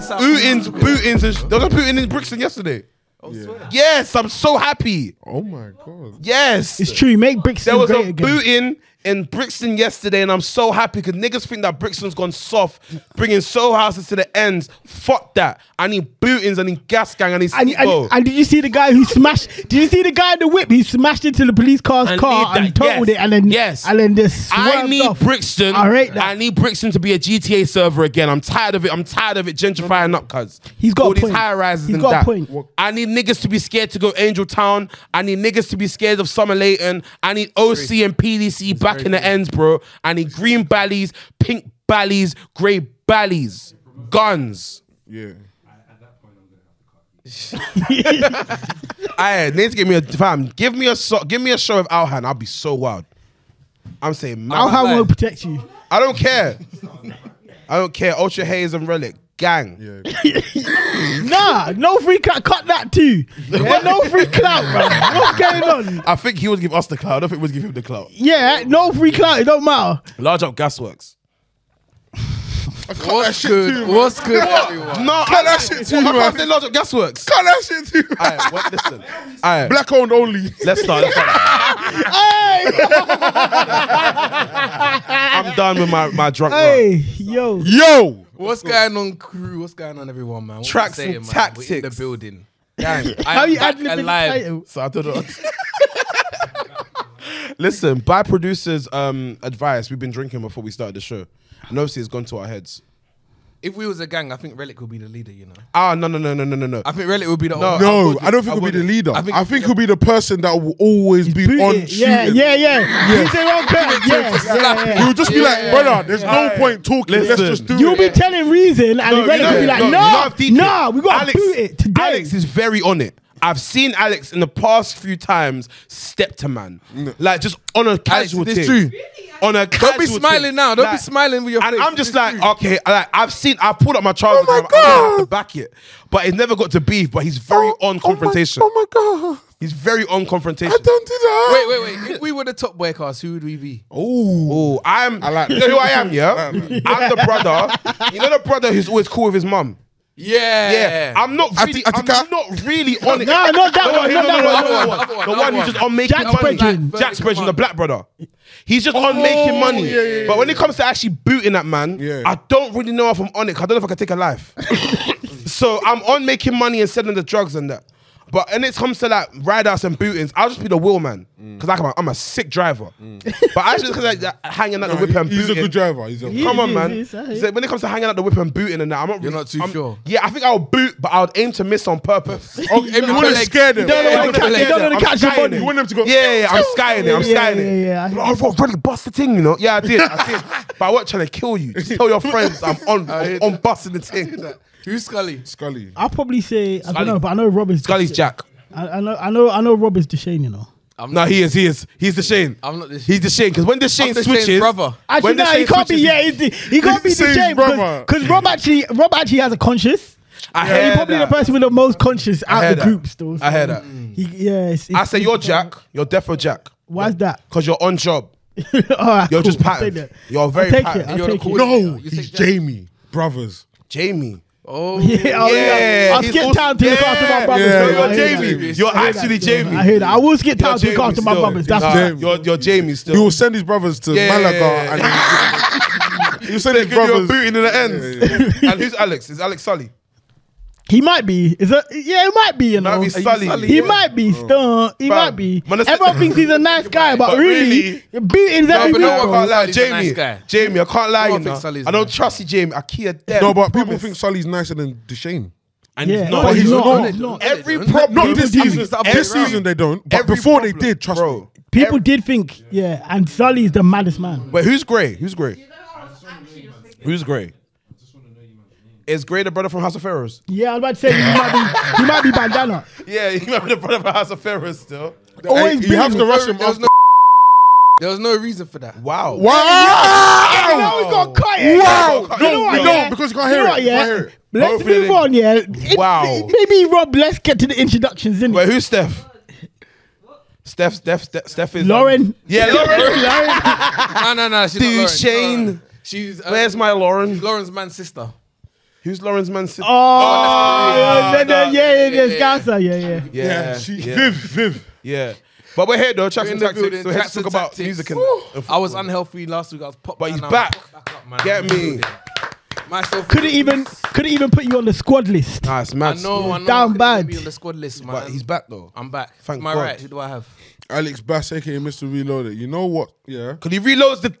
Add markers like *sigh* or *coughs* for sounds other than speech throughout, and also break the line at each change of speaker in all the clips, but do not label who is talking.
Bootins, Bootins, and sh- there was a Bootin in Brixton yesterday. Yes, I'm so happy.
Oh my god.
Yes.
It's true. Make Brixton
There was
great
a
again.
booting in Brixton yesterday, and I'm so happy because niggas think that Brixton's gone soft, bringing soul houses to the ends. Fuck that. I need bootings, I need gas gang, I need
And,
Sneeko.
and, and did you see the guy who smashed? Did you see the guy in the whip? He smashed into the police car's
And
car
lead that,
and totaled
yes,
it, and then
yes.
and then just
I
swerved
need
off.
Brixton.
I rate that.
I need Brixton to be a GTA server again. I'm tired of it. I'm tired of it gentrifying up, cuz.
He's got
All
a
these
point.
high rises
He's
and
got a
that.
point.
I need niggas to be scared to go Angel Town. I need niggas to be scared of Summer Leighton. I need OC and PDC back in the ends, bro. I need green ballies, pink ballies, grey ballies, guns.
Yeah.
I need to give me a fam. Give me a so, give me a show of Alhan. I'll be so wild. I'm saying man.
I'll have one protect you.
I don't care. I don't care. Ultra Haze and Relic. Gang.
Nah, no free cut. Cut that too. no free clout, bro. What's going on?
I think he would give us the clout. I don't think we'd give him the clout.
Yeah, no free clout. It don't matter.
Large up gasworks.
What's good? What's good, everyone?
No,
Cut that shit too,
I
man.
can't say large up gasworks.
Cut that shit too. man.
Alright, well,
*laughs*
listen. Alright,
Black owned only.
let's start. Let's start.
Hey,
I'm done with my, my drunk
hey,
run.
yo.
Yo.
What's going on, crew? What's going on, everyone, man? What you
Tracks
saying,
and
man? We're in the
tactics.
building.
Gang.
I'm
How you
back
ad-libbing the
alive.
title?
So I don't
*laughs*
know. listen, by producers' um, advice, we've been drinking before we started the show. And obviously it's gone to our heads.
If we was a gang, I think Relic would be the leader. You know,
Ah, no, no, no, no, no, no, no.
I think Relic would be the.
No, I don't think he'll be the
wouldn't.
leader.
I think-
I think he'll be the person that will always be
Boot
on
it. Yeah,
shooting.
yeah, yeah, You say wrong clout. Yeah, yeah, yeah.
He'll just be like, brother, there's no point talking. Let's
Listen.
just do
You'll
it.
be telling reason, and
No,
the
you
relic
know-
will be like,
no,
no,
you know I've
no,
deeped it.
we gotta
Alex-
boot it today.
Alex is very on it. I've seen Alex in the past few times step to man, like just on a casual
this
thing.
true.
On a
Don't be
casual
smiling
thing.
now. Don't be
Like,
smiling with your
And
face.
I'm just
It's
like,
true.
okay, like I've seen, I pulled up my trousers. I'm,
my
I'm gonna have to
God.
back it, but it's never got to beef. But he's very on confrontation.
Oh my, oh my god.
he's very on confrontation.
I don't do that.
Wait, wait, wait. If we were the top boy cast, who would we be?
Oh, I'm. I like you know who I am, *laughs* yeah. I'm the brother. You know the brother who's always cool with his mum.
Yeah,
Yeah, I'm not
Ati-
really,
Atika?
I'm not really on it.
No, not that
No,
one,
no,
not
no,
that
no, no,
one.
no, no.
Other one, other one,
The
other
one
one.
who's just on making
Jack's
money. Jack's
Bridgen.
Vertical
Bridgen, the
Command.
black brother. He's just on making money.
yeah, yeah,
But when it comes to actually booting that man,
Yeah.
I don't really know if I'm on it. 'cause I don't know if I can take a life. *laughs* so I'm on making money and selling the drugs and that. But when it comes to like ride outs and bootings, I'll just be the wheel man. Because like, I'm, a, I'm a sick driver. But actually, because like, that- hanging out the whip and
He's a
booting-
good driver. He's a
Yeah.
Come on,
is,
man.
he is, alright.
So when it comes to hanging out the whip and booting and that, I'm not. You're
not too sure.
Yeah, I think I'll boot, but I'll aim to miss on
*laughs*
purpose.
Oh, and you want to
Like,
scare them.
you don't know
Yeah.
what to-
Yeah.
you don't know
to
I'm
catch the
skying
body.
it.
You want them to go,
Yeah, yeah, yeah, I'm skying it. I'm
Yeah,
skying
yeah,
it.
yeah, I hear
But I've already bust the thing, you know. Yeah, I did. I
*laughs*
did. But I wasn't trying to kill you. Just
*laughs*
tell your friends I'm on. I'm on busting the thing.
Who's Scully?
Scully.
I'll probably say I don't
Scully.
know, but I know Rob is.
Scully's Jack.
I, I know, I know, I know Rob is Deshane, you know.
I'm
No,
not.
he is. He is. He's the Shane.
I'm not the Shane.
He's the Shane. Because when the Shane
the Shane's
switches,
brother.
Actually,
when the
no, he
Shane
can't be.
switches-
Yeah, he's the, he can't be
He's Shane's
Deshane
brother.
because Rob actually, Rob actually has a conscience.
I
He's
hear
probably
that.
the person with the most conscience out
hear
of the
that.
group. Still,
I hear that.
He, yeah, it's,
I
it's-
say you're Jack. You're defo Jack.
Why's that?
Because you're on job.
*laughs* All right,
You're
cool,
just
I'll take
patterned.
that.
You're
I'll
very
take it.
patterned.
I'll
You're the
take it.
coolest.
No,
You
he's
take that.
Jamie. Brothers.
Jamie.
Oh,
*laughs* Yeah, oh, yeah. I'll
he's
skip
also-
town to look after my
Yeah,
brothers.
yeah,
bro.
no,
I
you're
hear that.
Jamie. You're actually Jamie.
I hear that. I will skip
You're
town to look
Jamie
after my
still.
brothers. That's
Nah,
right.
Jamie.
You're, you're Jamie still.
He will send his brothers to
Yeah,
Malaga
yeah, yeah,
and he
*laughs*
will send his
Give you a
brothers.
booting in the ends. and who's Alex? Is Alex Sully?
He might be. Is that? Yeah, it might be. You
Might
know.
be Sully.
He might be still. He
Fam,
might be.
man, I said-
Everyone thinks he's a nice guy, but,
But
really, beatings
No,
every
but
week.
no, I
bro.
can't lie.
Sully's a nice
Jamie,
guy.
Jamie, I can't lie.
No, I
You
think
know.
Sully's
I don't
nice.
trust you, Jamie. I care them.
No, but people think Sully's nicer than Deshane.
and
Yeah,
he's not.
but
he's not.
No,
He's
no,
not.
no,
Every
no, no.
problem.
Not this
I think
season.
it's the other
This
way around.
season they don't. But
Every
before they
problem.
did, trust
Bro.
me.
People did think, yeah, and Sully is the maddest man.
Wait, who's Gray? Who's Gray? Who's Gray? Is Gray the brother from House of Pharaohs?
Yeah, I was about to say he might be, he might be bandana.
Yeah, *laughs* you remember the brother from House of Pharaohs still.
Always
Hey, You have to
beating.
rush him
There was
after.
no. There was no reason for that.
Wow.
You know
Wow!
we got cut it.
Wow.
You
No,
know what,
we
yeah?
don't because you can't hear
You know
it.
what,
You
yeah?
can't hear it.
Let's
Hopefully
move
they-
on, yeah. It-
Wow.
Maybe Rob. Let's get to the introductions, innit?
Wait, who's Steph? Steph, Steph, Steph, Steph is um,
Lauren.
yeah, Lauren.
*laughs* Lauren.
No, no, no. She's
Dude,
not Lauren.
Shane.
She's uh,
Where's my Lauren?
Lauren's man's sister.
Who's Lauren's man? Sid-
Oh,
that's
yeah,
crazy.
yeah, yeah, yeah, yeah,
Yeah,
yeah,
yeah.
Scouser, yeah, yeah.
yeah,
Yeah, she,
yeah,
Viv, Viv.
yeah. But we're here though, tracks
We're
and
in the
tactics.
building,
so we're here to
tracks
talk
and
about
tactics.
music and, and
I was unhealthy last week. I was popped,
But
man,
he's
now I'm
back.
popped up, man.
Get me.
Myself.
Couldn't even, couldn't even put you on the squad list.
Nah, it's
I
mad.
know. I know. I
Down
couldn't
bad.
Be on the squad list, man.
But he's back though.
I'm back.
Thank
Am I
God.
right? Who do I have?
Alex Bass, aka Mr. Reloaded. You know what? Yeah.
Cause he reloads the.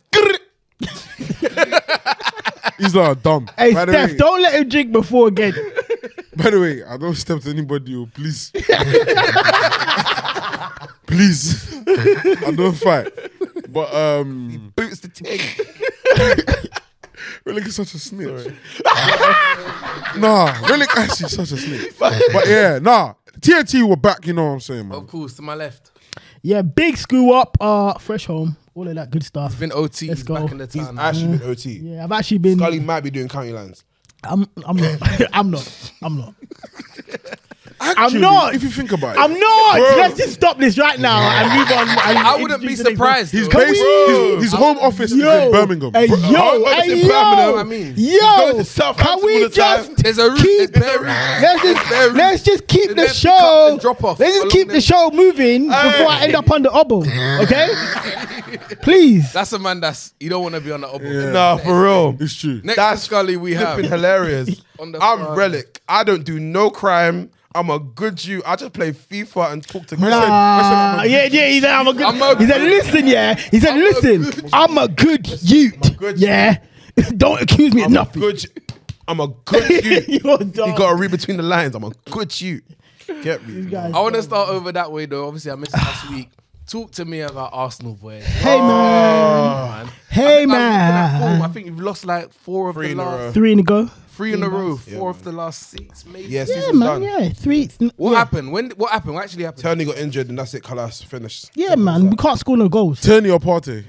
He's not a dumb.
Hey,
by, the
Steph,
way,
don't let him drink before again.
by the way, I don't step to anybody, oh, please. *laughs* please. I don't fight. But um
Boots the ting.
Relic is such a snitch. *laughs* nah, Relic actually is such a snitch. but yeah, nah. TNT were back, you know what I'm saying, man.
Of course, to my left.
Yeah, big screw up, uh, fresh home, all of that good stuff.
Been OT.
Let's
he's
go.
Back in the
He's
town.
actually been OT.
Yeah, I've actually been.
Scully might be doing county lines.
I'm, I'm not. *laughs* I'm not. I'm not.
Actually,
not-
If you think about it,
I'm not. Let's just stop this right now and move on. and
I wouldn't be
introduce the next
surprised.
His
though.
base,
we-
his, his home office is
Yo,
in Birmingham.
Hey,
Bro-
yo,
Harvard's
hey,
in
yo,
Birmingham,
I mean.
going to
yo,
Southampton
can
all
we
the time.
just
There's a route.
keep,
There's bare route.
let's
There's
just,
route.
let's just keep
There's
the
bare pick up
show,
and drop off
let's just keep
along
the show moving before I end up on the oboe, okay? Please.
That's a man that's you don't want to be on the opposite.
Yeah.
Nah, for real.
It's true.
Next
That's
to Scully, we have
Flipping hilarious.
*laughs* On the
I'm
front.
relic. I don't do no crime. I'm a good Jew. I just play FIFA and talk to girls.
Nah, Uh, yeah, yeah, he said, I'm a good.
I'm a
he said,
good-
listen, yeah. He said,
I'm a
listen,
good-
I'm a good youth.
good-
yeah. *laughs* Don't accuse me of
I'm a
nothing.
good. Jew. I'm a good
*laughs*
Jew. you
You're dumb.
got to read between the lines. I'm a good Jew. Get me.
guys.
I want to start over that way though. Obviously, I missed last week. Talk to me about Arsenal, boy.
*sighs* Ah.
Hey, man.
man.
Hey,
Ah. I'm looking at
man.
form. I think you've lost like four of the
in a row.
last
Three in a go.
three in a row, four of the last six. Maybe.
Yes,
Yeah,
season's
man.
done.
Yeah, three.
What
yeah.
happened? When? What happened? What actually happened?
Tony got injured and that's it. Kalas finished.
Yeah, man. We can't score no goals.
Turn your party.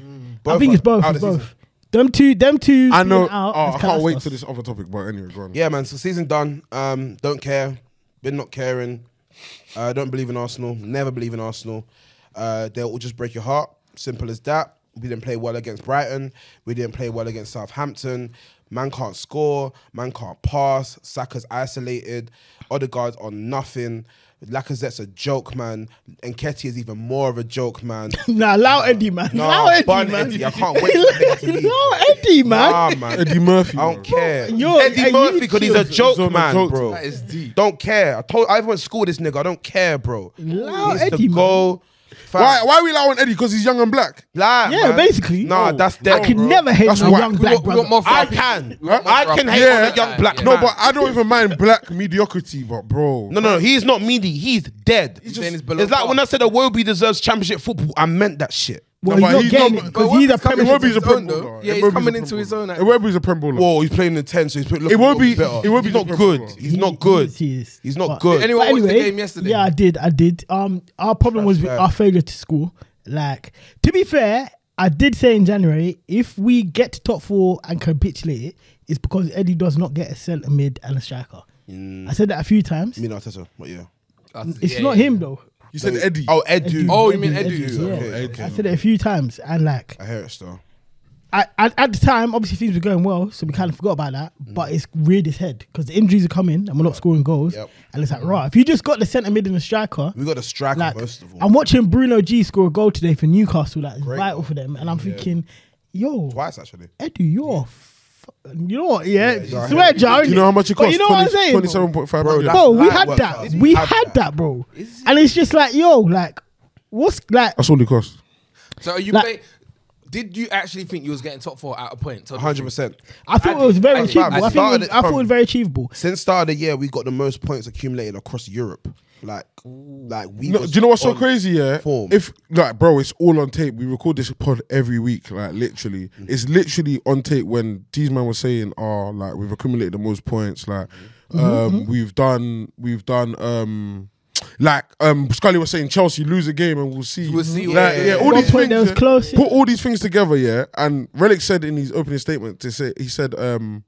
I think it's both. It's both. Them two. Them two.
I know.
being Out,
oh,
has
I can't
cast
wait
us.
to this other topic, but anyway, go on.
Yeah, man. So season done. Um, don't care. Been not caring. I uh, don't believe in Arsenal. Never believe in Arsenal. Uh, they'll all just break your heart. Simple as that. We didn't play well against Brighton. We didn't play well against Southampton. Man can't score. Man can't pass. Saka's isolated. Odegaard's on nothing. Lacazette's a joke, man. Nketiah is even more of a joke,
*laughs*
man.
Nah, allow Eddie, man.
No,
allow Eddie,
bun
man.
Eddie. I can't wait for
*laughs*
Eddie to leave.
Allow Eddie, man.
Nah, man.
Eddie Murphy.
I don't
bro.
care.
Yo, are
Eddie
you
Murphy, because he's a
serious?
joke
He's on a
man,
joke.
bro.
That is deep.
Don't care. I told I went to school with this nigga. I don't care, bro.
Allow
He's
Eddie,
the
man.
goal. Fam,
Why? Why are we allowing Eddie? Because he's young and black.
Lie,
Yeah,
man.
basically.
Nah,
No,
that's
I
dead.
can
bro.
never hate
That's
a
whack.
young
We
We
black
got, we
brother.
got more. for
I
our people.
can.
We got more
I
for our
can
people.
hate
Yeah.
on a young black.
Yeah.
No,
No, but I don't even mind black mediocrity, but bro.
no, no, no. He's not meaty. He's dead.
He's saying it's below
it's like
par.
when I said a Wobie deserves championship football. I meant that shit.
well,
No, but
he's not
he's
getting
not-
it
but
because he's a
Iwobi's
coming
Premier
Iwobi's
coming
a
into his
prem
own,
bowler.
though. Yeah, he's
Iwobi's
coming
a
into
prem
his
bowler.
own. actually.
Iwobi's a prem bowler.
Whoa, he's playing in ten, so he's looking.
It won't be-
Better.
it won't be
he's not
the-
good. He's
He-
not good.
he is.
He's not
But-
good.
Anyone
But
watch the game yesterday?
Yeah, I did. I did. Um, our problem was with
fair.
our failure to score. Like, to be fair, I did say in January if we get to top four and capitulate it, it's because Eddie does not get a centre mid and a striker. I said that a few times.
Me and Arteta, but yeah.
That's-
It's
yeah,
not
yeah.
him though.
You said Eddie.
Oh, Edu.
Oh, you mean Edu?
Edu, yeah.
Okay,
okay.
I said it a few times, and like,
I hear it still.
I, at at the time, obviously things were going well, so we kind of forgot about that.
Mm.
But it's reared its head because the injuries are coming and we're not scoring goals.
Yep.
And it's like, right, if you just got the centre mid and the striker,
We got a striker
like
most of all.
I'm watching Bruno G score a goal today for Newcastle, like it's vital for them, and I'm thinking, yo,
Twice actually.
Edu, you're, f- you know what, yeah,
yeah, I
swear
heard it.
jar,
Do you know how much it
But
costs?
you know what I'm saying, bro?
Twenty-seven point five
Bro,
million.
that's-
bro, we
Light
had
work
that,
hours.
we
Have
had
that.
that, bro, and it's just like, yo, like, what's
Oh,
like,
That's all it costs.
So are you
Like-
play, did you actually think you was getting top four at a point? Tell the
Hundred
truth.
percent.
I thought it was very
I-
achievable. I,
I
think it was,
started
I thought it
from-
was very achievable.
Since start of the year, we got the most points accumulated across Europe. Like, like we.
No,
was
do you know what's so
on
crazy? Yeah,
form.
if like, bro, it's all on tape. We record this pod every week. Like, literally, it's literally on tape. When these man was saying, "Oh, like we've accumulated the most points. Like, um, we've done, we've done." um like um Scully was saying, Chelsea lose a game and we'll see.
We'll see,
Like,
yeah.
yeah, all
One
these
point
things.
that was
yeah.
close, yeah.
Put all these things together, yeah. And Relic said in his opening statement to say he said um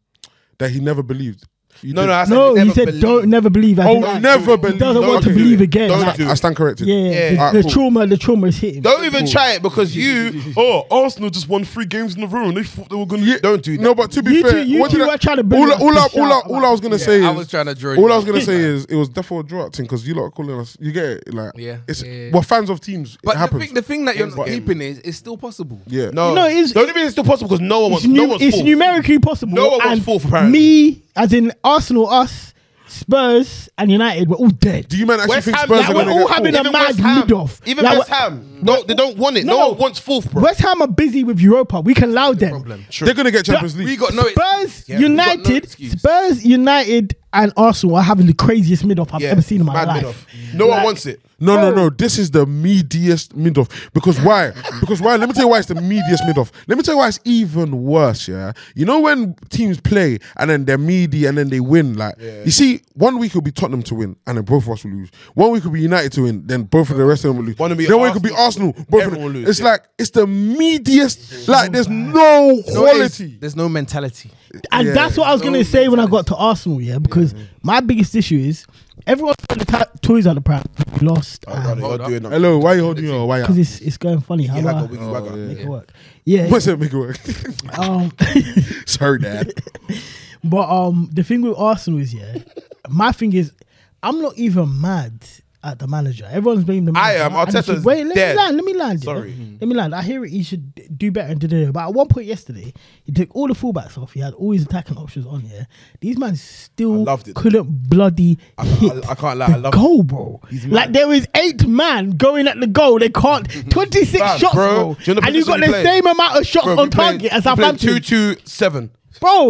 that he never believed. You
No,
did.
no, I said
No,
never
he said
believe.
don't never believe. I
Oh,
think that-
never
He
believe.
doesn't want to
Okay.
believe again,
Don't
like-
do it. I stand corrected.
Yeah, yeah.
Yeah.
The,
Alright,
the
cool.
trauma, the trauma is hitting.
Don't even try it because
*laughs*
you, oh, Arsenal just won three games in a row and they thought they were going to. Don't do that.
No, but to be
You
fair,
two- you
what
two
did I-
were trying to bring
all,
us
all,
to
I- all, I-
shout
all I was gonna
Yeah,
say is
I was trying to draw you
All I was
out.
gonna say is it was therefore a draw thing because you lot are calling us. You get it, like
Yeah,
it's
yeah, yeah.
we're fans of teams. it
But the
happens.
thing, the thing that you're
Games
not
are games.
keeping is it's still possible.
yeah,
No,
No, it's-
the only reason it's still possible because no one
It's,
wants.
nu-
no one's
it's
full.
numerically possible.
No one was
and
fourth, apparently.
Me, as in Arsenal, us, Spurs, and United, we're all dead.
Do you man actually
West
think
Ham,
Spurs
like,
are
we're
gonna
all
get
having
fourth?
a mad
West Ham,
mid-off.
Even
Like,
West
what-
Ham, no, they don't want it. No,
No.
one wants fourth, bro.
West Ham are busy with Europa. We can allow them.
They're gonna get Champions League.
We got no.
Spurs,
Yeah, we got no
United,
excuse.
Spurs, United, and Arsenal are having the craziest mid-off I've
Yeah,
ever seen in my
mad
life.
mid-off. No one
Like-
wants it.
No, no, no. This is the meatiest mid off. Because why? Because why? Let me tell you why it's the meatiest mid off. Let me tell you why it's even worse, yeah? You know when teams play and then they're meaty and then they win, like you see, one week it'll be Tottenham to win and then both of us will lose. One week it'll be United to win, then both of the rest of them will lose.
One will be
then one week it'll be Arsenal, both of them.
everyone will lose,
it's
yeah.
like it's the meatiest like there's no
No, it's-
quality.
There's no mentality.
And
Yeah.
that's what I was going to say when I got to Arsenal, yeah, because my biggest issue is everyone throwing the ta- toys at the pram. Lost.
Oh,
Because
no, you're doing that.
Hello, why are you holding your wire? *laughs*
it's, it's going funny. How
Yeah,
do
wagga,
I
wiggy, wagga.
make it work? Oh, Yeah.
What's that make it work? *laughs*
Um, *laughs*
Sorry, Dad.
but um, the thing with Arsenal
*laughs*
is, yeah, my thing is, I'm not even mad at the manager. Everyone's blaming the
I
manager.
am.
And
Arteta's
it's- Wait, let
dead.
me land. Let me land. yeah.
Sorry.
Let me land. I hear it. He should d- do better. And da-da-da. But at one point yesterday, he took all the fullbacks off. He had all his attacking options on here. These man still
loved it.
couldn't bloody
I-
hit
I- I can't lie, I
the
love it.
goal, bro.
He's mad.
Like there is eight man going at the goal. They can't.
*laughs*
Twenty six
Fam,
shots,
bro.
bro.
Do you know the
and you
position
got
we
the
play?
same amount of shots
Bro,
on
we playing-
target as
we playing
Southampton,
Two, two, seven.
bro.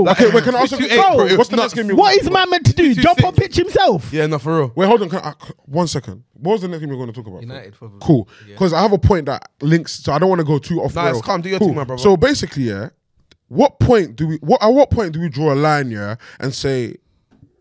Okay,
*laughs*
wait, can I ask a
Two,
quick
eight, bro. It
What's
was
the
nuts.
next game you
What is my man to do?
Two,
Jump
six.
on pitch himself?
Yeah, no, for real.
Wait, hold on. Can I, uh, one second. What was the next thing we are going to talk about?
United, probably.
Cool. Because I have a point that links. So I don't want to go too off.
Nah, it's
rail.
calm. Do your
Cool.
thing, my brother.
So basically, yeah. What point do we? What at what point do we draw a line, yeah, and say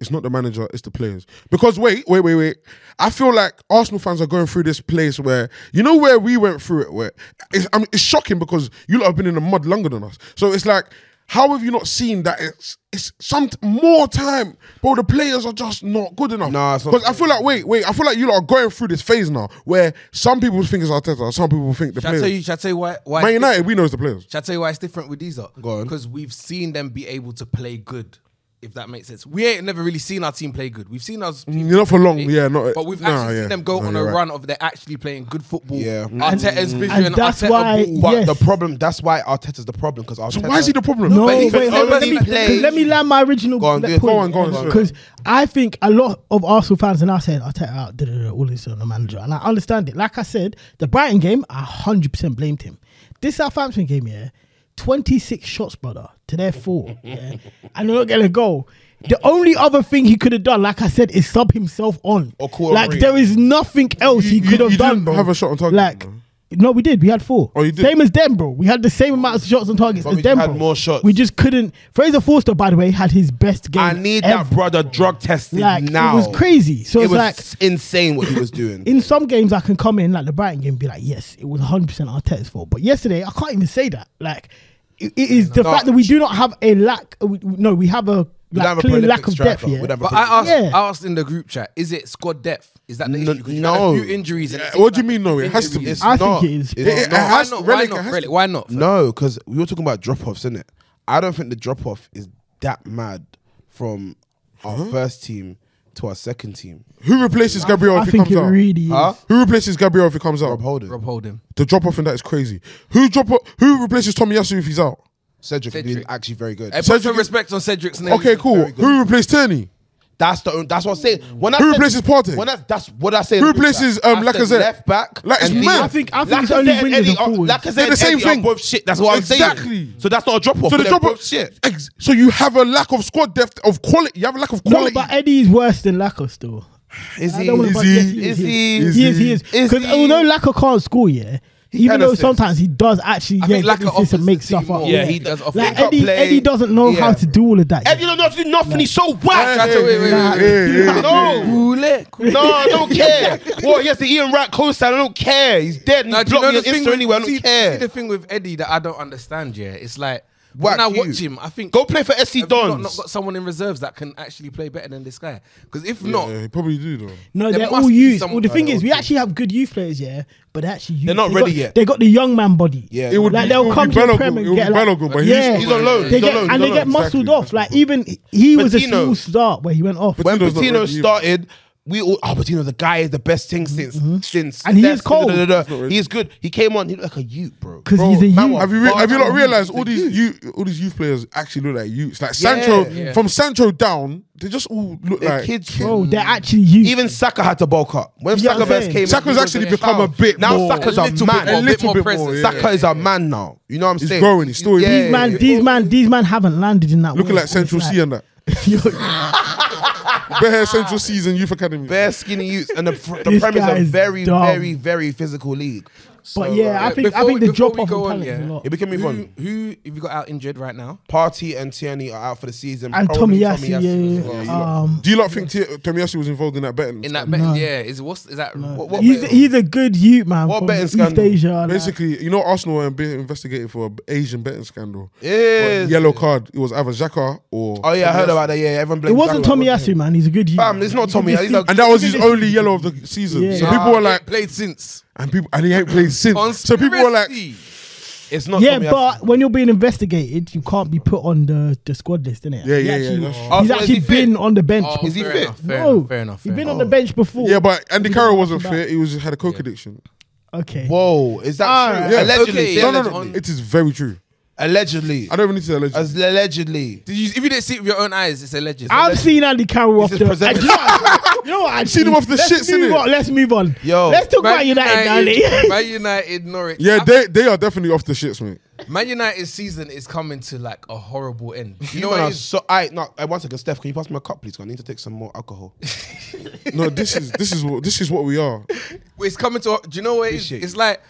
it's not the manager, it's the players? Because wait, wait, wait, wait. I feel like Arsenal fans are going through this place where you know where we went through it. Where it's, I mean, it's shocking because you lot have been in the mud longer than us. So it's like. How have you not seen that it's it's some more time, bro? The players are just not good enough.
Nah, it's not-
'Cause I feel like wait, wait. I feel like you lot are going through this phase now where some people think it's Arteta, some people think the
Shall I
players.
tell you? Shall I tell you why? Why?
Man United, we know it's the players.
Shall I tell you why it's different with these?
Go on.
Because we've seen them be able to play good, if that makes sense. We ain't never really seen our team play good. We've seen us.
Mm, Not for long, yeah. Not,
But we've
nah,
actually
yeah.
seen them go
No,
on a
you're right.
run of they're actually playing good football. Mm.
Yeah.
Arteta's vision.
And that's
Arteta
why-
ball.
But
Yes.
the problem, that's why Arteta's the problem. Because
So why is he the problem?
No,
but he
wait,
can
wait, hold on, let
only
me, 'cause
play-
let me land my original
Go on,
le-
do it. Go
point.
on, go on, sorry.
Because I think a lot of Arsenal fans are now saying, Arteta out, da, da, da, all this on the manager. And I understand it. Like I said, the Brighton game, I 100% blamed him. This Southampton game, yeah, 26 shots, brother, to their
*laughs*
four. Yeah, and they're not going to go. The only other thing he could have done, like I said, is sub himself on.
Or call
like,
Henry.
there is nothing else he
You- you-
could have
you
done,
didn't
bro.
have a shot on target,
Like,
bro.
no, we did. We had four.
Oh, you did?
Same as them, bro. We had the same amount of shots on targets
But
as
we
them.
had
bro.
more shots.
We just couldn't. Fraser Forster, by the way, had his best game.
I need
ever.
that brother drug tested
Like
now.
it was crazy. So
it
it's
was
like
insane what he was doing.
in some games I can come in like the Brighton game, and be like, yes, it was 100 percent Arteta's fault. But yesterday I can't even say that. Like it, it is the
No.
fact that we do not have a lack. we- No, we have a
We don't
like,
have a
clear
prolific
lack of
striker.
depth.
We
Yeah.
don't have a
*laughs* But I asked,
Yeah.
I asked in the group chat, is it squad depth? Is that the
No-
issue? 'Cause you've had
no.
a few injuries. and it
Yeah,
seems
what do you
like
mean, no? It has to be.
It's
I think
not-
it is.
it's
It- it
not.
has-
Why not? Why
Relic
not?
has
Relic,
to-
Why not?
No, because we were talking about drop offs, innit? I don't think the drop off is that mad from our first team to our second team.
Who replaces Gabriel
I
if he
think
comes
it
out?
really.
Huh?
Is.
Who replaces Gabriel if he comes out?
Rob Holden.
Rob Holding.
The drop off in that is crazy. Who drop? o- Who replaces Tommy Yasu if he's out?
Cedric, has been
Cedric.
actually very good.
Hey, put
Cedric
some
is-
respect on Cedric's name.
Okay, cool. Who replaces Turney?
That's the on- that's what I'm saying. When I
Who
said-
replaces Partey?
When I, that's what I say.
Who replaces, um, Lacazette?
Left back.
Like, it's
and
mad.
deep.
I
think- I think it's only
Lacazette and
wingers and
Eddie are-
forwards.
Lacazette
They're the
and
same
Eddie are
thing.
both shit. That's what I'm saying.
Exactly.
So that's not a drop off.
So the drop off.
shit.
Ex- so you have a lack of squad depth of quality. You have a lack of
No,
quality.
but Eddie is worse than Lacazette still.
Is
I
he?
don't wanna
Is
bug-
he?
yes, Is
Is
he?
he?
Is he? Is oh, he?
Is
Because
he?
although Laka can't score, yeah, even
can
though
assist.
sometimes he does actually
I
yeah,
think
get
Laka
the assist
offers
and make
the
stuff
team
up.
more.
yeah.
Yeah, he does offer-
Like
he can't
Eddie,
play.
Eddie doesn't know how
Yeah.
to do all of that.
Eddie don't know how to do nothing. He's so whack.
Hey, hey, hey,
Nah.
hey,
I don't. No, I don't care. Well, yes, the Ian Wright co-sign. I don't care. He's dead. And
Now,
he
do you
blocked
know
me
the
on
thing
Insta
with-
anyway. I don't
see, see
care.
the thing with Eddie that I don't understand, yeah? It's like
Whack
when I
you.
watch him, I think
Go play for SC
have you not, not
Dons.
got someone in reserves that can actually play better than this guy. Because if
Yeah,
not,
he probably do though.
No,
There
they're
must
all
be
youth.
some-
Well, the thing
I
is, we
don't-
actually have good youth players, yeah, but they're actually youth.
They're not
They
ready
got-
yet.
They got the young man body.
Yeah.
It would
like
be-
they'll
it would
come
be
to the
Balogun,
prem and
it would
get
be
like,
Balogun, but he's
yeah,
He's on loan,
They
he's
get,
on loan,
and
he's
they
on
get
loan,
muscled
exactly.
off. Like even he was a
Patino.
small start where he went off,
When
Patino's not
Patino
ready either.
started, we all oh Patino, the guy is the best thing since since
And he
Steph,
is cold.
da, da, da, da.
He's not ready.
He is good. He came on, he looked like a youth, bro.
because
Bro,
he's a
man,
youth.
Have you re-
But
have you not
Balogun,
realized all
they
these you all these youth players actually look like youths? Like Sancho
Yeah.
from Sancho down, they just all look
They're
like
kids, bro.
Bro, they're actually youth.
Even Saka had to bulk up. When
Yeah,
Saka
I'm
first
saying.
came, in,
Saka's
he was
actually
a
become
child.
a bit
now.
more-
Saka's
a
a,
little
man.
bit more,
A little
more
bit
presence.
more, yeah.
Saka is a man now. You know what I'm saying?
growing, he's still-
these man, these man, these man haven't landed in that.
looking
world.
like Central
It's
C and that.
Yo,
Bare hair Central C's and Youth Academy.
Bare skinny youths, and the, the
This
Prem is
guy
a
is
very,
dumb.
very, very physical league.
but yeah, I think I
before we-
think the
before
drop
we
off
go
of
on,
talent is
yeah.
a lot.
It became me
who,
fun.
who have you got out injured right now?
Party and Tierney are out for the season.
And
Probably
Tomiyasu, yeah,
Tomiyasu as
yeah,
well.
yeah. Um,
Do you lot think T- Tomiyasu was involved in that betting?
In that bet, yeah, is what's is that? What, what
he's,
bet-
he's a good youth man
What
from
betting
East
scandal?
Asia. like-
Basically, you know, Arsenal were being investigated for an Asian betting scandal.
Yes.
Yellow card. It was either Xhaka or.
Oh yeah, I heard about that. Yeah, yeah, everyone
it
blames.
wasn't
Xhaka,
Tommy
wasn't
Yasu, man. He's a good youth.
Fam, it's not Tommy Yasu, he's a-
And that was his only yellow of the season.
Yeah.
So
Nah,
people were
Nah,
like,
ain't played since.
and people and he ain't played since. So people were like,
Conspiracy.
it? It's not.
yeah,
Tomiyasu.
but when you're being investigated, you can't be put on the, the squad list, innit?
yeah,
He
yeah, yeah.
actually-
that's-
Oh,
He's
so is
actually
he fit?
been on the bench.
Oh,
Is he
fair
fit?
Enough, fair,
No,
enough, fair enough.
He's
fair
been on
enough.
the bench before.
Yeah, but Andy Carroll wasn't
Back.
fit. He was had a coke addiction.
okay.
Whoa, is that
Ah,
Uh,
true?
yeah.
Allegedly,
Okay,
say
No, no,
allegedly.
no. It is very true.
allegedly.
I don't even need to say allegedly.
As allegedly.
Did you, if you didn't see it with your own eyes, it's a legend.
I've seen Andy Carroll off
He's
the.
just presented.
and you know what- you know what? I've
Seen him off the shits,
move
innit?
on, Let's move on.
Yo,
let's talk about United, darling.
Man United, Norwich.
yeah,
I-
they they are definitely off the shits, mate.
Man United's season is coming to like a horrible end. You,
You
know
know,
what
I
it
was
is?
so I no. I one second, Steph. Can you pass me a cup, please? 'Cause I need to take some more
*laughs*
alcohol.
No, this is this is what this is what we are.
It's coming to. Do you know what it is?
Appreciate
It's like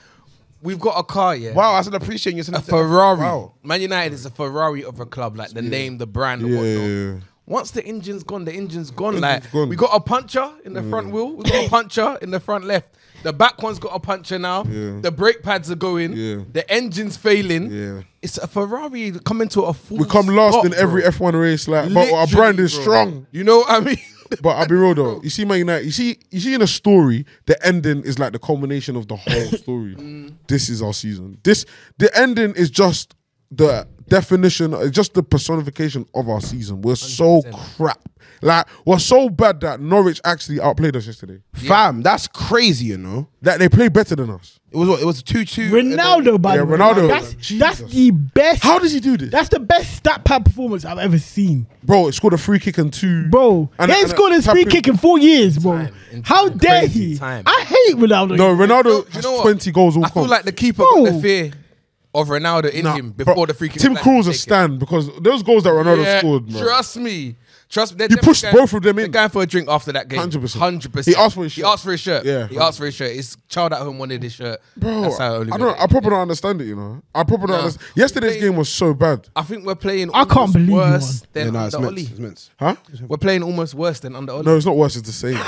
we've got a car, yeah.
wow, I said appreciate you.
A Ferrari. Man United is a Ferrari of a club, like the name, the brand, and
Yeah,
whatnot.
yeah, yeah.
Once the engine's gone, the engine's gone.
Engine's
like
gone. Mm.
we got a puncher in the front wheel, we got a puncher in the front left. The back one's got a puncher now.
Yeah.
The brake pads are going.
Yeah.
The engine's failing.
Yeah.
It's a Ferrari coming to a full.
We come last
stop,
in every
bro.
F1 race, like, but our
Literally,
brand is
bro.
strong.
You know what I mean? *laughs*
But I'll be real though. You see, Man United. You see, you see in a story, the ending is like the culmination of the
*laughs*
whole story.
Mm.
This is our season. This the ending is just the definition, uh, just the personification of our season. We're so crap. Like we're so bad that Norwich actually outplayed us yesterday.
Fam, that's crazy. You know,
That they play better than us.
it was what it was two two.
Ronaldo, by
Yeah,
the way.
Ronaldo.
That's,
Jesus.
that's the best.
How does he do this,
That's the best stat pad performance I've ever seen,
bro? It scored a free kick and two,
bro.
And-
he
and
ain't
a
scored his free
tap in.
kick in four years, bro.
in
How
time.
dare
Crazy
he?
time.
I hate Ronaldo.
No, Ronaldo
No, do you
has
know what?
twenty goals all
I feel
comp.
like the keeper
Bro.
got the fear of Ronaldo in
Nah,
him before
bro,
the free kick.
Tim
was
Krul's a
taken.
stand because those goals that Ronaldo
Yeah,
scored, man.
Trust me. Trust me.
He pushed both of them in.
Going for a drink after that game.
100%.
100%.
He asked for his
He
shirt.
asked for his shirt.
Yeah.
He asked for his shirt. His child at home wanted his shirt.
Bro,
That's how it only
I
went.
don't. I probably don't understand it. You know, I probably
Nah.
don't understand. Yesterday's
They-
game was so bad,
I think we're playing
I can't
almost
believe you,
worse than
Yeah, no, it's
under
meant.
Oli.
It's meant.
huh?
We're playing almost worse than under Oli.
No, it's not worse. It's
*laughs*
the same. Do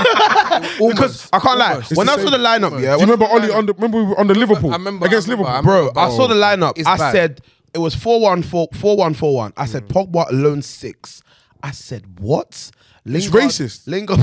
Almost.
Because I can't lie.
Almost.
When
the
I saw
same.
the lineup, yeah,
you
when I
remember Oli on the? Remember we were on the Liverpool
I remember,
against
I remember,
Liverpool,
I remember.
Bro, I saw the lineup.
It's
I
bad. Mm.
said it was 4 1 4 1 4 1. I said Pogba alone six. I said, what? Lingard,
racist.
Lingard.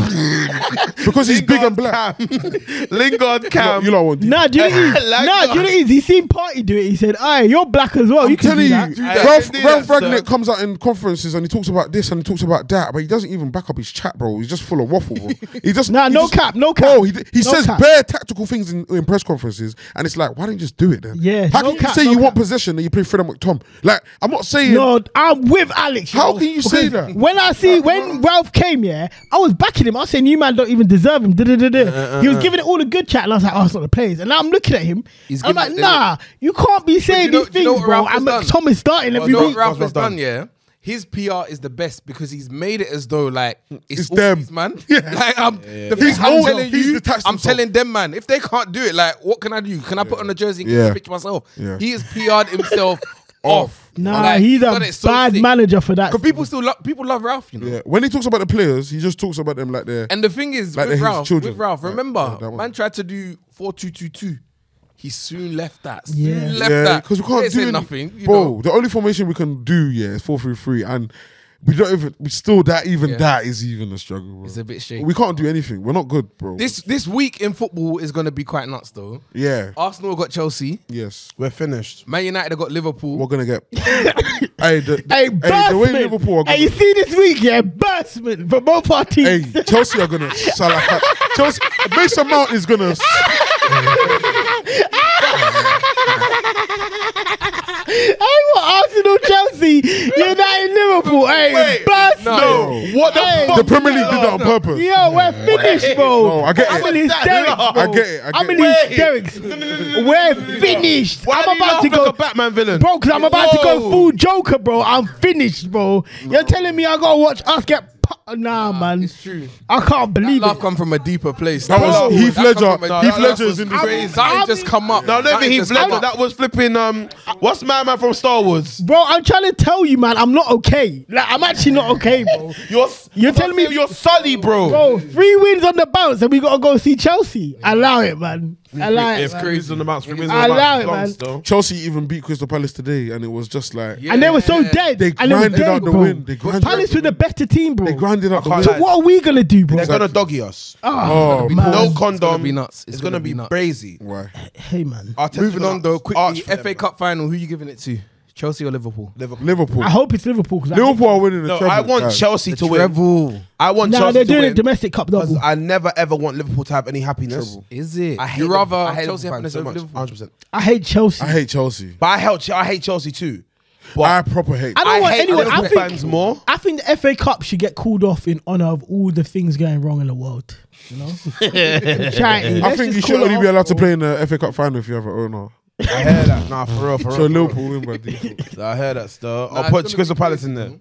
*laughs*
*laughs*
because he's big and black.
Cam. *laughs*
*laughs*
Lingard Cam.
You know what? I want.
Nah, do
*laughs*
you know what it is?
Like
nah, do
that.
you know what it is? He seen Party do it. He said, "Aye, you're black as well.
I'm
you can
telling
do
you,
that."
that.
Ralph,
Yeah, do that,
Ralph
sir.
Ragnick comes out in conferences and he talks about this and he talks about that, but he doesn't even back up his chat, bro. He's just full of waffle, bro. He
*laughs*
just
Nah,
he
no
just-
cap, no
Bro, he,
cap,
he
no
says
cap.
bare tactical things in, in press conferences, and it's like, why didn't you just do it then?
Yeah,
how
no
can
cap,
you say
no
you want
cap.
possession and you play Fred and McTom? Like, I'm not saying
No, I'm with Alex.
How
know,
can you
because
say that?
When I see when Ralph came, yeah, I was backing him. I was saying you man don't even deserve him. Da, da, da,
Uh,
da. he was giving it all a good chat, and I was like, oh, it's not the players. And now I'm looking at him.
He's
I'm
giving
like,
it the-
nah, you can't be saying
know-
these
do you know
things,
what
bro.
Ralph has
And
done?
Tom is starting
Well,
every
you know what
week.
Ralph
Well
has done,
done.
yeah. His PR is the best because he's made it as though like it's,
It's
all
them.
these, man.
*laughs* Yeah.
Like I'm, the
He's
fact I'm
old,
telling
he's
you,
detached
I'm
himself.
telling them, man. If they can't do it, like what can I do? Can I put on a jersey and
Yeah.
pitch myself?
Yeah.
He has PR'd
*laughs*
himself off.
Nah,
Like,
he's
done
a
it so
bad
sick.
manager for that.
Because people still love people love Ralph, you know.
Yeah, when he talks about the players, he just talks about them like they're.
And the thing is, with
Like they're his
Ralph,
children.
with Ralph,
Like,
remember,
yeah, that one.
man tried to do four two two two. He soon left that.
Yeah.
Soon left
yeah,
that.
because we can't
Ain't
do
saying
any-
nothing. You
bro,
know.
the only formation we can do, yeah, is four three three, and we don't even. We still that even
Yeah.
that is even a struggle. Bro.
It's a bit shaky.
We can't do anything. We're not good, bro.
This this week in football is going to be quite nuts though.
yeah,
Arsenal got Chelsea.
yes,
We're finished.
Man United have got Liverpool.
we're
*laughs*
gonna get. hey, the,
Hey,
the way Liverpool are
Burstman.
gonna,
Hey, you see this week, yeah, Burstman for both parties.
Hey, Chelsea are gonna Salah. Chelsea, Mason Mount is gonna.
*laughs* Hey, what Arsenal, Chelsea, United, Liverpool. Hey,
Wait,
Burstman.
no.
What
the Hey. fuck?
The Premier League did that on purpose.
Yo, we're finished, bro.
No, I get
I'm
it.
in hysterics, bro.
I get it, I
I'm
get
in
it.
hysterics. We're finished.
Why
I'm about to go.
like a Batman villain?
Bro, because I'm about to go
Whoa.
full Joker, bro. I'm finished, bro. You're telling me I gotta watch us get. Pu- nah, man.
It's true.
I can't
That
believe
laugh
it.
come from a deeper place.
That
was
come
Heath
from a-
Ledger.
that
Heath
laugh
Ledger
was
is in the-
great. That just come up.
No, let
That
me Heath
just come
Ledger.
up.
That was flipping. Um, what's my man from Star Wars?
Bro, I'm trying to tell you, man, I'm not okay. Like, I'm actually not okay, bro.
You're
You're telling me-
you're Sully, bro.
Bro, three wins on the bounce, and we gotta go see Chelsea. Allow it, man. Allow it.
It's
man.
crazy on the bounce.
I allow it, man.
Chelsea even beat Crystal Palace today, and it was just like
Yeah.
And they were so
Yeah.
dead.
They
and they were
grinded
dead,
out the
bro.
win. They grinded
Palace
out the
were the better team, bro.
they grinded out the
I
win.
can't
so
lie.
what are we gonna do, bro?
They're gonna doggy us.
Ah,
Oh,
man.
No
It's
condom.
gonna be nuts.
It's, gonna, be
nuts.
crazy.
Why?
Hey, man.
Oh.
Arteta
Moving on
nuts.
though, quickly.
Arch for
FA
them.
Cup final. Who you giving it to? Chelsea or Liverpool?
Liverpool.
Liverpool.
I hope it's Liverpool. 'cause I-
Liverpool are winning the
No,
treble.
I want
guys.
Chelsea to win.
Treble.
I want
Nah,
Chelsea
they're doing
to
it
win.
domestic cup
Because
double.
I never ever want Liverpool to have any happiness.
Is it?
I hate
you
them.
rather
I hate
Chelsea
them
happiness
so
over
much.
Liverpool.
100%.
I hate Chelsea.
I hate Chelsea.
But I hate, Che- I hate Chelsea too.
I proper hate.
I don't
I
want
hate
anyone. I
Liverpool
think,
fans more.
I think the FA Cup should get called off in honor of all the things going wrong in the world. You
*laughs*
know, Charity.
I
Let's
think
just
you
call
should
it
only be
off,
allowed to
bro.
play in the FA Cup final if you have an owner.
I hear that. Nah, for real, for real.
So Liverpool win by default.
I hear that stuff.
Nah,
I'll
it's
put
gonna
Oh, Crystal
be
Palace
crazy,
in there.
you know?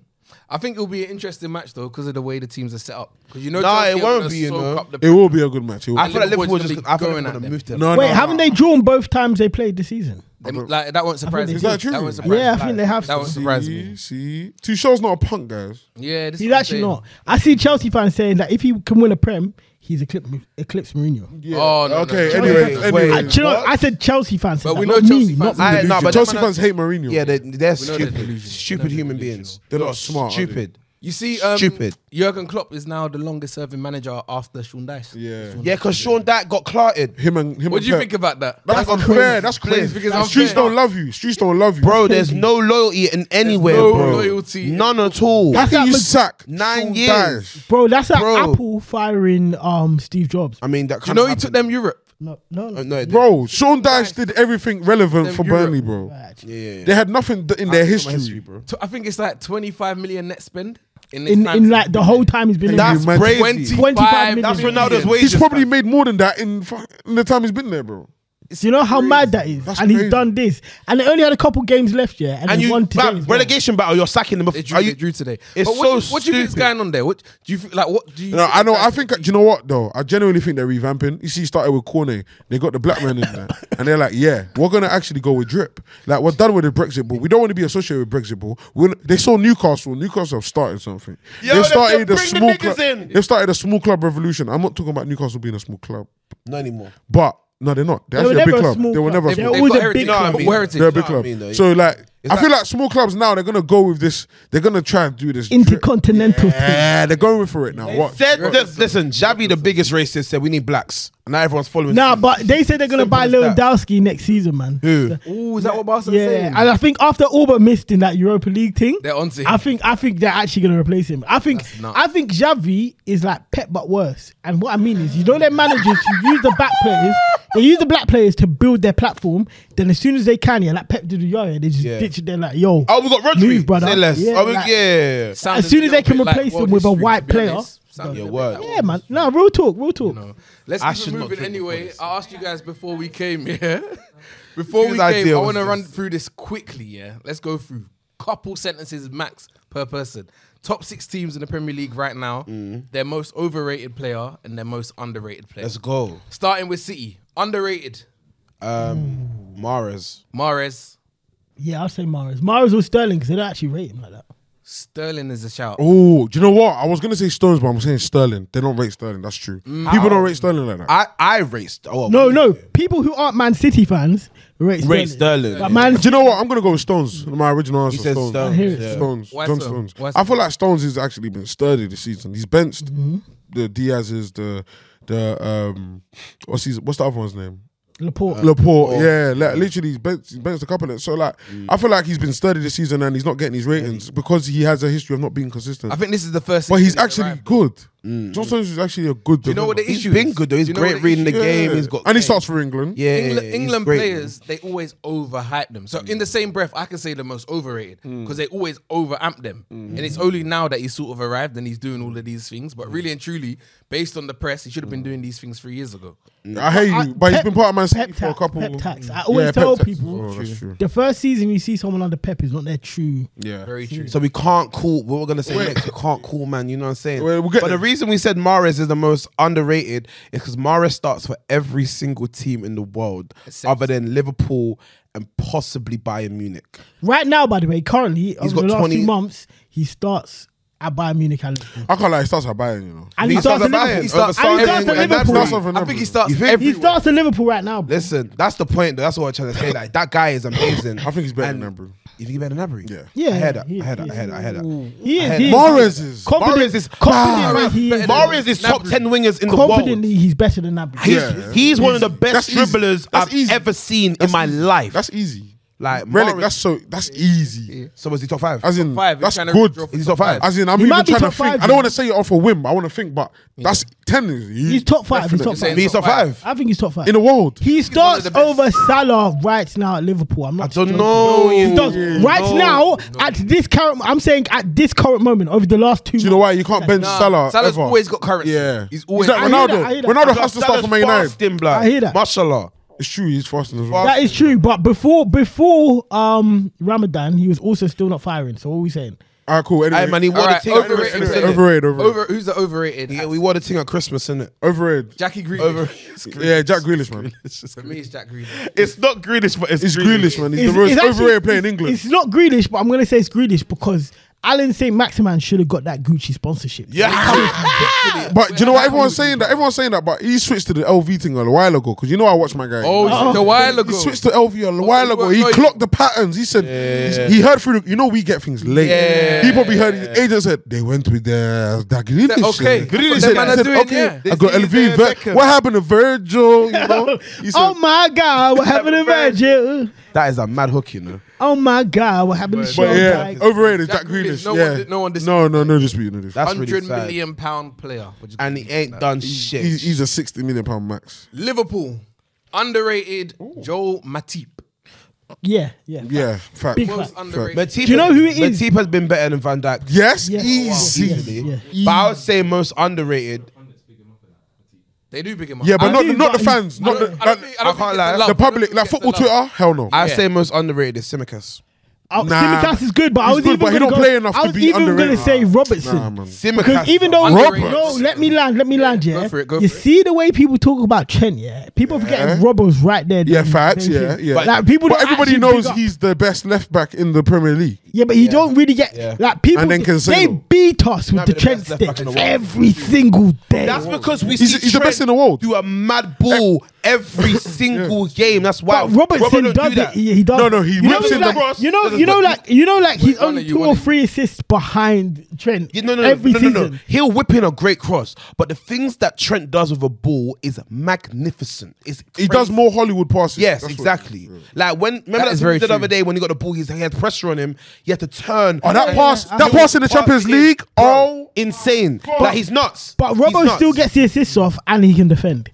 I think it'll be an interesting match though because of the way the teams are set up. Because you know,
Nah,
Chelsea
it
are
won't
gonna
be, you
soak
know.
up the-
It will be a good match. It will
I feel like Liverpool
Liverpool's
just.
gonna be
I feel like
going
they're
at
gonna
them.
move them.
No,
Wait,
no,
haven't
no.
they drawn both times they played this season?
them- like, that won't surprise
they
me.
Is that
true?
won't surprise
Yeah, I
me.
think they have.
That
some.
won't surprise me.
See, see, Tuchel's not a punk, guys.
Yeah, this is
He's
what I'm
actually
saying.
not. I see Chelsea fans saying that if he can win a prem, he's eclipsed, eclipsed Mourinho.
Yeah.
Oh, no, no,
okay.
no.
Anyway,
Wait,
anyway.
wait.
I, do you know,
what?
I said Chelsea fans.
But
said
we
that,
know
not
Chelsea
me,
fans
not
are
me.
I, nah, but
Chelsea
them-
fans hate Mourinho.
Yeah, they, they're
know they're
stupid,
delusional.
stupid
They're
human
delusional.
beings.
They're not smart, are they?
Stupid.
You see, um,
Stupid.
Jurgen Klopp is now the longest serving manager after Sean Dyche.
Yeah.
Yeah, because Sean Dyke got clarted.
Him and him.
What
and
do you
Pep.
think about that?
That's,
That's
unfair.
crazy.
That's
Please,
crazy.
because
Because
I'm
streets
fair.
don't love you. Streets don't love you,
Bro, there's no loyalty in anywhere,
no
bro.
loyalty.
None at all.
How can you
Mc-
sack
Nine
Sean
years.
Dyche?
Bro, that's like
Bro.
Apple firing um Steve Jobs.
I mean, that
Do you
kind
know he took them Europe?
No, no, no.
No, it didn't.
Bro, Sean Dyche did everything relevant
Them
for
Europe.
Burnley, bro.
Right.
Yeah, yeah, yeah.
They had nothing th- in their
That's my
history.
bro.
T- I think it's like 25 million net spend in this
In
time
in
since
like
he's
the
been
whole
there.
time he's been
That's
in.
imagine?
crazy.
25
million.
That's Ronaldo's
million.
wages.
He's probably made more than that in, fu- in the time he's been there, bro.
Do you know how mad that is?
That's
and
crazy.
he's done this, and they only had a couple games left, yeah, and,
and
he
you
won today.
fam,
as well.
relegation battle. You're sacking them.
They
Are
drew, they
you,
drew today.
It's
but what do you-
so
what do you think is
stupid.
going on there? What do you feel like? What do you?
No,
think
I know.
is
I
going-
think. Do you know what though? I genuinely think they're revamping. You see, it started with Corne. They got the black man in
*laughs*
there, and they're like, "Yeah, we're gonna actually go with drip. Like, we're done with the Brexit ball. We don't want to be associated with Brexit ball. We're, they saw Newcastle. Newcastle have started something.
Yo,
they've
they-
started
they
a
bring the
small.
niggas
club.
in.
They've started a small club revolution. I'm not talking about Newcastle being a small club,
not anymore.
but no, they're not. They're
They were
actually a
never
big
a
club.
small
They were
club.
never. a
They
small
were
They've
always
got
a
heritage,
big
you know what I
club.
mean?
But where is it?
They're a
You know
big
what I
club.
mean, though?
so like, I feel
like-
like small clubs now they're gonna go with this. They're gonna try and do this. drip.
Intercontinental team.
Yeah, they're going for it now. What?
Said that, listen, Javi, the biggest racist, said we need blacks. And now everyone's following.
Nah, but they said they're gonna
Simple
buy
as that.
Lewandowski next season, man.
Who?
Ooh, is that what Barca
Yeah,
saying?
and I think after Auba missed in that Europa League thing,
They're onto him.
I think I think they're actually gonna replace him. I think
That's nuts.
I think Xavi is like Pep but worse. And what I mean is, you know, their managers who use the back players, they use the black players to build their platform. Then as soon as they can, yeah, like Pep did with Yaya, they just
Yeah.
ditch it. They're like, yo,
Oh, we got Rodri.
Move, brother.
Say less.
Yeah,
oh, we,
like-
yeah.
Sounded
As soon
a
as they
little
can
bit like
replace
world
him with a
history,
white
to be
player.
honest. Sounded
Yeah,
a bit
word.
like world
yeah, man. No, real talk, real talk.
No. Let's
I
keep
should
it
not
moving
drink before
anyway.
this.
I asked you guys before we came, yeah. *laughs* Before we
Whose
came,
idea
I
was
want to
this?
run through this quickly, yeah. Let's go through couple sentences max per person. Top six teams in the Premier League right now. Their most overrated player and their most underrated player.
Mm. Let's go.
Starting with City, underrated
Um,
Hmm.
Mares.
Mares.
Yeah, I'll say Mars. Mars or Sterling because they don't actually rate him like that.
Sterling is a shout.
Oh, do you know what? I was gonna say Stones, but I'm saying Sterling. They don't rate Sterling. That's true.
Mm.
People don't rate Sterling like that.
I, I raced. Oh,
No, no. People who aren't Man City fans rate Sterling.
Ray Sterling.
But Man,
do you know what? I'm gonna go with Stones. My original answer.
He
was
says
Stones.
Stones,
hear it.
yeah.
Stones.
Why
John
so?
Stones.
Why
I
so?
feel like Stones has actually been sturdy this season. He's benched
Mm-hmm.
the Diaz's, the the um, what's his, what's the other one's name?
Laporte.
Laporte. Yeah, like, literally, he's benched, he's benched a couple of. So like, I feel like he's been sturdy this season, and he's not getting his ratings because he has a history of not being consistent.
I think this is the first.
but he's
season he's
actually
arrived.
good. John Stones is actually a good.
you know what the
defender.
He's
issue
been
is?
good though. He's
You know
great
what the
reading the
issue is?
game. He's got
and he starts for England.
yeah.
England,
he's
England
great,
players, they always overhype them. So in the same breath, I can say the most overrated because they always overamp them. And it's only now that he's sort of arrived and he's doing all of these things. But really and truly, based on the press, he should have been doing these things three years ago.
I hate you, but he's
Pep-
been part of Man City
Pep
for a
tax,
couple.
Pep tax. I always tell
tax.
people-
Oh, that's true.
The first season you see someone under Pep is not their true.
Yeah.
Very true.
So we can't call what we're gonna say
Wait.
next. We can't call man. You know what I'm saying?
Wait, we'll get
but the
there.
reason we said Mares is the most underrated is because Mares starts for every single team in the world,
Except-
other than Liverpool and possibly Bayern Munich.
Right now, by the way, currently over
got
the last
20
few months, he starts at Bayern Munich and Liverpool.
I can't lie, it starts at Bayern, you know.
And he, starts at Liverpool.
He
starts-
starts
and he starts at
everywhere.
Liverpool.
That's
Starts
what-
over
I think he
Liverpool.
starts
You think-
everywhere.
He starts at Liverpool right now. bro.
Listen, that's the point. Though. That's what I'm trying to say. Like that guy is amazing.
I think he's better than
And-
Embry.
You think he's better than Nabry?
Yeah.
Yeah,
I heard that.
he-
I heard that. I heard that. I heard that.
He is.
I
He is.
Mahrez is.
Mahrez is
confident-
Mahrez-
he is-
Mahrez is top ten wingers in the world.
Confidently, he's better than that.
He's,
Yeah.
he's one of the
That's
best
easy.
dribblers
That's
I've
easy.
ever seen
That's
in my
easy.
life.
That's easy.
like
Relic,
Mahrez-
that's so that's easy.
so was he top five?
As in
five. We're
that's
trying to
good.
draw for
He's top five.
As in I'm
He might
even
be
trying to
top
think.
five,
I
you
don't want to say it off a whim. I want to think, but that's ten is
He's top five, he's top
He's top five.
I think he's top five.
in the world.
he starts
the best.
over Salah right now at Liverpool. I'm not.
I don't
joking.
know.
He
Oh,
does right now at this current. I'm saying at this current moment over the last two.
Do you know why you can't bench
Nah,
Salah?
Salah's
ever.
always got currency.
Yeah,
He's always-
like
I hear
Ronaldo.
that, I hear that.
Ronaldo has to start for Man United.
Fasting, blood.
I hear that.
Mashallah.
It's true. He's fasting as well.
Fast.
That is true, but before before um Ramadan, he was also still not firing. So what are we saying?
Alright, cool. Anyway,
Hey, man, he wore
All
the
right,
thing at
overrated.
Christmas.
player.
innit?
Overrated, overrated.
Over, who's the overrated?
Yeah, we wore the thing at Christmas, innit?
overrated.
Jackie Grealish. *laughs*
Over.
Yeah, Jack Grealish,
*laughs*
man.
For me, it's Jack Grealish.
It's not Grealish, but it's,
It's Grealish, man. He's
It's-
the most
it's actually-
overrated player in
it's-
England.
It's not Grealish, but I'm gonna say it's Grealish because Alan St. Maximan should have got that Gucci sponsorship.
Yeah.
But do you know what everyone's saying that? Everyone's saying that, but he switched to the LV thing a while ago because you know I watched my guy.
Oh, it's a while ago.
He switched to LV a while
he
ago.
was-
He
no, he-
clocked the patterns. He said he heard through. The, you know we get things late.
Yeah.
He probably heard. His agent said they went with the that Grealish.
okay,
thing."
Grealish
said,
said- man
he
are
said,
doing,
okay,
yeah.
I got
They see
LV.
the
Vir-
Beckham.
what happened to Virgil?
*laughs*
You know. He said,
Oh my God,
*laughs*
what happened to Virgil?
*laughs* that is a mad hook, you know.
Oh my God, what happened to
but
Sean
yeah,
Dyche?
overrated.
Jack
Jack
Grealish,
Grealish.
no one
yeah.
di- no one dis-
No, no, no dispute. No dispute.
That's really
Hundred
sad.
million pound player, which is
And he ain't done shit.
He's, he's a sixty million pound max.
Liverpool underrated Joel Matip.
Yeah, yeah.
Yeah, fact.
Big
Most underrated.
Matip,
Do you know who it is?
Matip has been better than Van Dijk.
Yes,
Yeah.
easy.
Yes, yeah.
But I would say most underrated.
They do big him up.
Yeah, but
I
not
do,
not
but-
the fans,
I
not the,
don't, I don't
like,
think, I don't
I
think
can't
it's
lie.
the
The
love.
the
I don't
public,
think
like
it's the
football
love.
Twitter. Hell no.
I would say most underrated is Simicas.
Oh,
Nah.
Tsimikas is good, but I
He's
was
good,
even
but
gonna
he don't
go-
play enough
I
to
was
be
even gonna
underrated.
say Robertson.
Nah, man.
Simicas.
Because even though
Underrated.
no, let me land, let me land, yeah.
go for it, go
you
for it.
see the way people talk about Trent, yeah. People forgetting Robbo's right there.
Yeah,
doing the
facts.
same
Yeah,
thing.
yeah.
Like people,
but
don't
everybody
actually
knows
big up-
he's the best left back in the Premier League.
Yeah, but you don't really get like people.
And then
they
Cancelo.
beat us with
Might
the
be the
Trent
best left back
stick
in the world.
every single day.
That's because we
He's-
see
he's the best
Trent
in the world.
Do a mad ball every single game. That's why
but Robertson
Robert don't
does
do
it.
that.
He, he does.
No, no, he
you know,
whips in the
like,
cross.
you know,
Doesn't
you know,
look-
like you know, like he's
Wait, no,
only
no, you
two
want
or
him.
three assists behind Trent
Yeah, no, no,
every
no, no,
season.
no, He'll whip in a great cross, but the things that Trent does with a ball is magnificent. It's
He does
crazy.
more Hollywood passes.
Yes,
That's what-
exactly. Like when remember
That
that,
is
thing
very
he did the
true.
other day when he got the ball, he's, he had pressure on him. He had to turn.
Oh, that
Yeah,
pass!
yeah, I
that
know.
pass in the Champions League. Oh,
insane! Like he's nuts.
But
He's
Robbo
nuts.
still gets the assists off, and he can defend.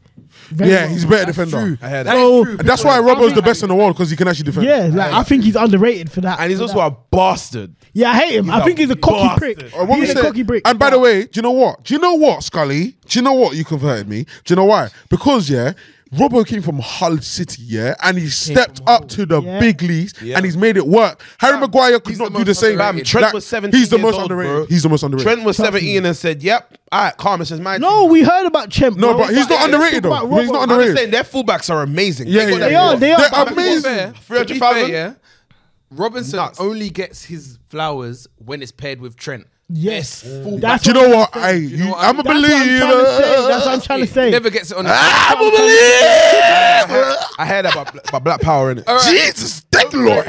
Very
yeah,
well.
he's a better defender.
True.
I heard
That
that.
is
So-
true.
And that's why Robbo's the best in the world because he can actually defend.
Yeah, like I think he's underrated for that.
and he's
for
also
that.
a bastard.
yeah, I hate him. I
a
think he's a cocky
bastard.
prick.
Uh, what we
He's a
said-
cocky prick.
And by the way, do you know what? Do you know what, Scully? Do you know what? You converted me. Do you know why? Because yeah, Robbo came from Hull City, yeah, and he stepped up to the
Yeah.
big leagues and he's made it work. Harry Maguire could
he's
not
the
do the
most
same.
underrated.
Bam, Trent
Like,
was 17.
He's the
years
most
old,
underrated.
bro.
He's the most underrated.
Trent was 17 and said, "Yep, all right, calm. It's just my
no, we heard about Chemp.
No, but he's not
Let's talk
underrated
about
though. He's
Robbo.
not
I'm just
underrated.
saying their fullbacks are amazing.
Yeah,
got
yeah,
that
They are,
ball.
they are.
They're
but-
To be
amazing.
fair- to be
300,000?
fair, Yeah, Robinson
Nuts.
only gets his flowers when it's paired with Trent.
Yes.
It's
Mm.
full
That's
Do you know what? I,
know
you-
what
I'm a
I-
That's what I'm trying to say.
believer.
That's what I'm trying to
He
say.
never gets it on the
Ah,
I'm a believer.
I heard about, bl- about Black Power in it.
All right.
uh, Jesus, thank the Lord.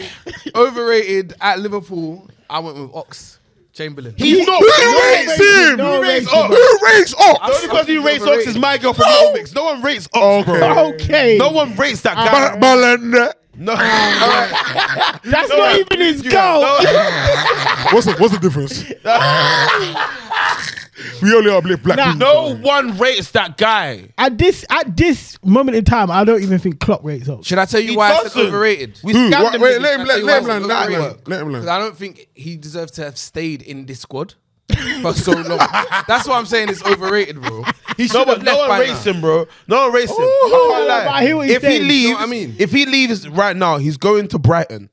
Overrated at Liverpool. I went with Ox Chamberlain.
He's not.
Who
rates
rates him?
No
Who Oh.
rates
rates up? Who rates
The only
up?
person who rates Ox is my girl from Little Mix. No one rates
Oh,
Ox, bro.
Okay.
No one rates
Ah.
that guy.
Ba- Balanda.
No. Alright.
That's
No
not
one-
even his
you-
goal.
no-
What's the what's the difference? we only uplift black
Nah.
people.
No one rates that guy.
At this at this moment in time, I don't even think Klopp rates up.
Should I tell you
He
why I said
doesn't.
overrated?
We
Who?
scammed
What-
him.
wait, let him
Can I
let,
tell
let him
you
land.
why I
Nah,
said
man.
overrated?
Let him
'Cause
land.
I don't think he deserved to have stayed in this squad for so long. That's why I'm saying it's overrated, bro. He should
No,
have
but no
left
one
by
rates
now.
him, bro. No one rates him. I
but I
can't
hear
lie.
what he's
If he
saying.
leaves,
You know what I mean?
if he leaves right now, he's going to Brighton.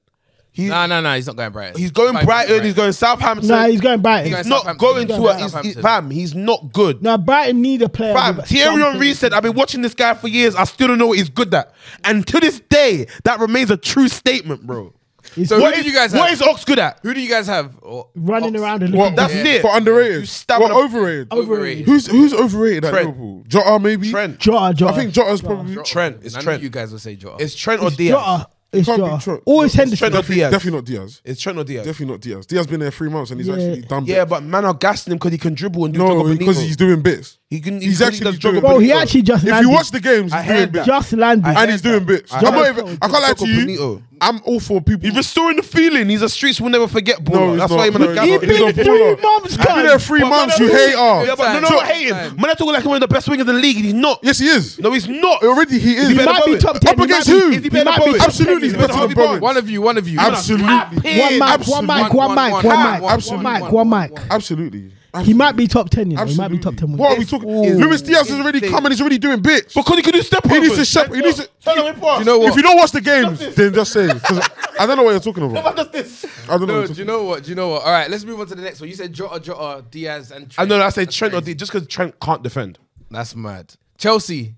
He,
No, no, no. He's not going Brighton.
he's going
Fine,
Brighton. He's going Southampton.
Nah, he's going Brighton.
He's
He's
going
not
Southampton.
going
He's
to
going
a. he's- he-
Southampton.
Fam, he's not good.
Now Brighton need a player.
Fam,
with
Thierry
something.
Henry said, I've been watching this guy for years. I still don't know what he's good at. And to this day, that remains a true statement, bro.
He's
So who
What
do
is-
you guys have?
what is Ox good at?
Who do you guys have? Oh, Or-
running
Ox?
around and looking.
What,
That's
what-
it.
For
You
underrated.
stab
What
on a-
overrated?
Overrated.
Who's who's overrated at
Trent.
Liverpool? Jota maybe.
Trent.
Jota, Jota.
I think Jota's probably
Jota.
Trent. It's
I know
Trent.
You guys will say Jota.
It's Trent or
It's
Diaz.
Jota. It's
can't be
Jota.
Trent.
Or it's
Trent
Henderson.
or Diaz.
definitely not Diaz.
It's Trent or Diaz.
Definitely not Diaz. Diaz been there three months and he's
Yeah.
actually done.
Yeah,
bits.
but man are gassing him because he can dribble and do
no,
Jogo
because
Bonito.
he's doing bits.
He can- he
he's
can- he
actually
does Jogo
doing.
Bro,
he
bits.
actually just
If
landed.
you watch the games,
I
he's doing
heard
bits.
Just landed.
and he's doing bits.
I
I'm not
heard
even.
that.
I can't lie
Jogo
to you.
Bonito.
I'm all for people.
He's restoring the feeling. He's a streets will never forget baller.
No, he's
That's
not.
why him and
No,
the
he's
guy.
not. He's
been
a
three
baller.
months,
He's been there
guys.
three
But
months.
man
You
are
hate
talking- Yeah,
her.
but no, no,
Time.
no, hate him. Man, I talk like he's one of the best wingers in the league. and He's not.
Yes, he is.
No, he's not.
Already, he is.
He better
might be
Bowen.
top ten.
Up
He
against
might
who?
be-
Is he
he
better
might
than
be
Bowen?
top
Absolutely,
ten.
he's better than
Harvey
Bowen.
one of you. One of you.
Absolutely,
One mic, one
Absolutely.
mic, one mic, one mic,
Absolutely.
one mic, one mic.
absolutely.
He might be top ten. You know, he might be
Absolutely.
top ten.
What are we talking?
Ooh.
Luis Diaz is already
Insane.
coming. He's already doing bits.
Because he can do step
He needs
overs.
to shep- he needs to-
Tell him apart.
You know what?
If you don't watch the games, then just say. it, 'cause I don't know what you're talking about.
does this?
*laughs* I don't
No,
know. what
do you
you're talking
know what? Do you know what? All right, let's move on to the next one. You said Jota, Jota, Diaz, and
I
Trent.
know. I said Trent or D just because Trent can't defend.
That's mad. Chelsea.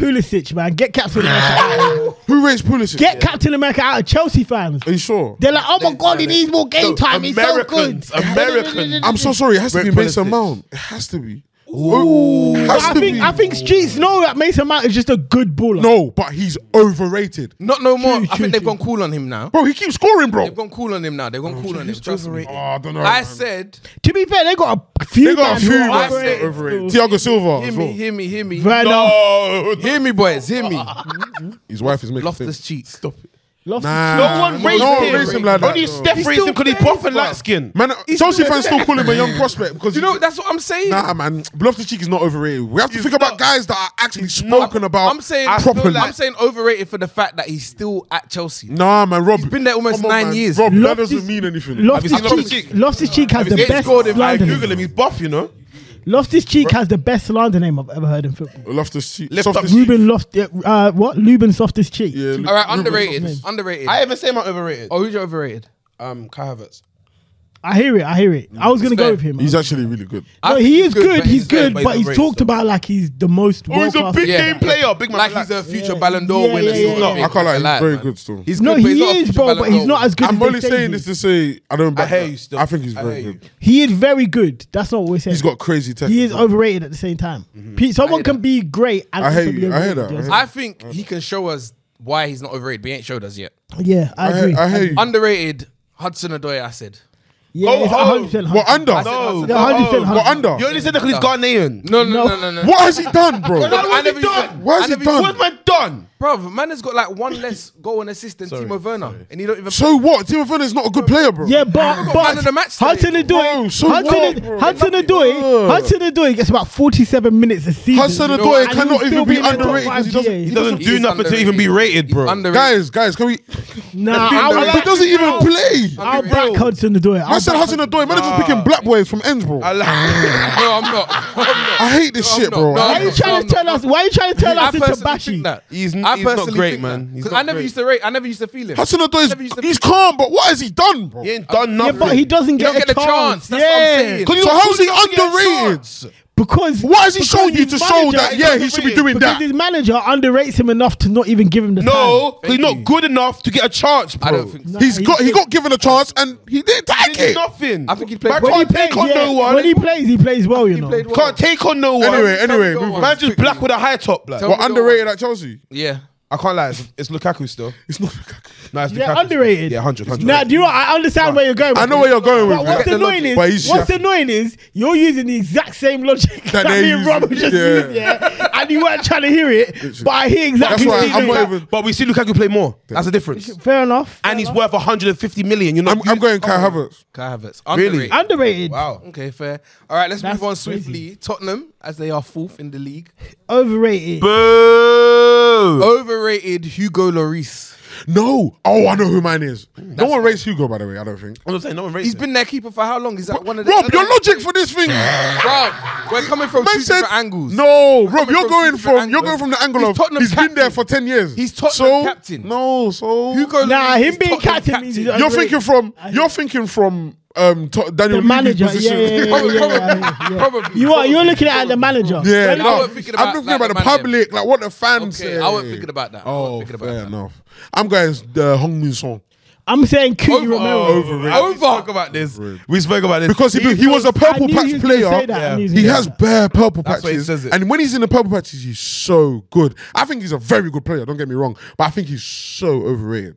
Underrated.
Pulisic, man. Get
*laughs*
Captain America. out of here.
about. Who rates Pulisic?
Get Captain America out of Chelsea fans.
Are you sure?
They're like, oh my god, he needs more game time. He's so good. *laughs*
Americans, Americans.
I'm so sorry. It has to
Rate
be Mason
Pulisic.
Mount. It has to be. Ooh.
But I think I think streets know that Mason Mount is just a good baller.
No, but he's overrated.
Not no more. I
true,
think they've
true.
gone cool on him now.
Bro, he keeps scoring, bro.
They've gone cool on him now. They've gone cool on him. Trust me.
Oh, I don't know.
I
man.
said,
To be fair, they got a few.
They got a
guys who
few
are
that's
overrated.
overrated. Thiago Silva.
hear
As
me,
well.
hear me, hear me.
Right now,
Oh,
Hear me, boys. Hear
*laughs*
me.
His wife is making
Loftus
things.
cheek. Stop it.
Loftus-
Nah.
no one
No
raised
one
him.
raised him like that,
Only
though.
Steph
He's
raised him
still
because he
playing,
buff and
bro.
light skin.
Man, Chelsea fans still call him
*laughs*
a young prospect because
You know, that's what I'm saying.
Nah, man, Loftus Cheek is not overrated. We have to think about guys that are actually spoken about.
I'm saying
I feel
properly.
I'm saying overrated for the fact that he's still at Chelsea.
nah, man, Rob, he's
been there almost nine years.
Rob, that
Loftus-
doesn't mean anything.
you
Loftus
seen Loftus
Cheek.
Cheek?
Loftus Cheek has the
If he
best
scored him, I
slander.
Google him.
name.
He's buff, you know.
Loftus Cheek has the best slander name I've ever heard in football.
Loftus Cheek,
Lift up
Softus-
Cheek.
Ruben Loft, uh, what? Ruben Softus Cheek.
yeah, Lu-
All right,
Ruben
underrated.
Loftus-
Underrated.
I even say I'm overrated.
oh, who's your overrated?
Um, Kai Havertz.
I hear it. I hear it. I was gonna
fair.
go with him.
He's actually really good.
no,
I
he
think
is good. He's good, but he's,
overrated,
talked
so.
about like he's the most.
Oh, he's a
world-class-
big
Yeah.
game player. Big man.
Like
relax.
he's a future
Yeah.
Ballon d'Or
Yeah,
winner.
yeah,
He's
yeah,
not.
yeah.
I can't lie, he's
Lie,
very
man.
good still.
He's
No,
good, but he's
he
not a
is,
future
bro,
Ballon
but he's
d'Or
not
winner.
as good.
I'm
as they
only
say
saying
he
this
is.
to say I don't. Back
hear
that.
you still.
I think he's
I
very
hear you.
good.
He is very good. That's not what we're saying.
He's got crazy technique.
He is overrated at the same time. Pe- Someone can be great. And
I hear
also be
you. I hear
overrated,
that.
you
I hear
know?
I think he can show us why he's not overrated. But he ain't showed us yet.
Yeah, I
I,
agree.
I hear you.
Underrated. Hudson Odoi. I said.
Yeah,
Oh,
it's
oh,
100%.
What under?
I said
No,
Hudson
Yeah,
Odoi.
100%.
Oh,
100%.
What under?
You only said that because he's Ghanaian.
No, no,
No.
no, no, no.
What has he done, bro?
I
I
never
never used
done.
to-
What has
I never
he done?
What's man done?
Bro, man has got like one less goal and assist than Timo Werner, and he don't even.
So what? Timo Werner's not a good player, bro.
Yeah, but,
man
but
of the match today,
Hudson
bro.
Adoy,
So
Hudson,
what, bro?
Hudson
Bro.
Adoy, Hudson Adoy gets about 47 minutes a season.
Hudson
And
Odoi
he'll
cannot
still
even
in
be
the top
underrated because
five,
he doesn't.
yeah.
He doesn't
He
do
is
nothing to even be rated,
He's
bro.
Underrated.
Guys, guys, can we?
Nah,
He
I'll back-
doesn't even play.
I'll back Hudson Adoy.
I
I'll
said
back
Hudson Odoi. Man, are just picking black boys from ends, bro.
I like-
*laughs* no, *laughs* I'm not. I'm not.
I hate this
No,
shit,
no,
bro.
no,
Why are you
Hudson.
Um,
trying to
No,
tell
no,
us? Why are you trying to tell
I
us it's
personally
Tabashi?
think that.
He's-
I
he's not
personally
great,
think
man.
that.
He's
'Cause
not
I never
great.
used to rate. I never used to feel him.
Hudson Odoi
Never used to
is he's calm, but what has he done, bro?
He ain't done
Yeah,
nothing.
but he doesn't
He
get,
don't
a,
get a
chance.
chance. That's what I'm
yeah.
saying.
So how's he underrated?
Because
What has he shown
because
you
his
to show
manager-
that, yeah, he should be doing
because
that?
his manager underrates him enough to not even give him the time.
No, he's
Thank
not
you.
good enough to get a chance, bro.
I don't think so.
No,
He's got he
did.
got given a chance and he didn't take
Did
it.
nothing.
I think he played-
Man
When
can't
He
take
plays,
on
yeah,
no one.
When he plays, he plays well, you know.
played well.
Can't take on no one.
Anyway, anyway,
go
move
on.
on.
man just black with a high top, black.
Tell
But
me-
underrated at Chelsea.
Yeah.
I can't lie, it's, it's Lukaku still.
It's not. Lukaku.
No, it's
Yeah,
Lukaku.
underrated.
Yeah, hundred, hundred.
Now, do you know? what? I understand where you're going. with
I know
this.
where you're going with
But what's
it.
the
annoying
But
is,
he's
what's
shit.
annoying is you're using the exact same logic that,
they're
me and Rob
using,
just
yeah.
used, yeah, and you weren't trying to hear it, but I hear exactly.
That's why
what you're
I'm not
doing.
even-
But we see Lukaku play more. That's the difference.
fair enough.
And he's worth 150 million. You know,
I'm, I'm going Kai Havertz.
Kai Havertz.
Really?
Underrated.
underrated,
Wow.
Okay, fair. All right, let's
That's
move on
crazy.
swiftly. Tottenham, as they are fourth in the league.
overrated.
Oh.
Boo!
Overrated Hugo Lloris.
No. Oh, I know who mine is. No one rates Hugo, by the way. I don't think.
I'm saying no one rates
He's
him.
been their keeper for how long? Is that one of the
Rob, your logic for this thing. Man
Rob, we're coming from two
said
different angles.
no, Rob.
coming
You're
from
going
two different
from you're
angles.
going from the angle
He's
of
Tottenham
he's been
captain.
there for ten years.
He's Tottenham
so,
captain.
No, so
Hugo
Nah,
Lloris
him
is
being
Tottenham
captain means he's
you're
Agreed.
thinking from you're thinking from um to- Daniel
the
Levy's
manager, yeah,
position.
yeah, yeah, yeah,
Probably,
yeah, yeah,
probably,
yeah.
probably.
You are you're
Probably,
looking at
probably.
the manager.
*laughs* Yeah,
You're
no,
looking-
I wasn't thinking about,
I'm thinking
like,
about
the
the
man
public, like what the fans
Okay,
say.
I wasn't thinking about that. I wasn't
Oh,
thinking about
fair
that.
enough. I'm going the Hong Min Song
I'm saying Cootie
Over,
Romero.
over, over. Spoke about this.
We spoke about this.
because he, be- he was a
I
purple
knew he
patch
was gonna
player.
say that. I
Yeah.
knew
He
gonna
has
say that.
bare purple
why he
patches,
says it.
and when he's in the purple patches, he's so good. I think he's a very good player. Don't get me wrong, but I think he's so overrated.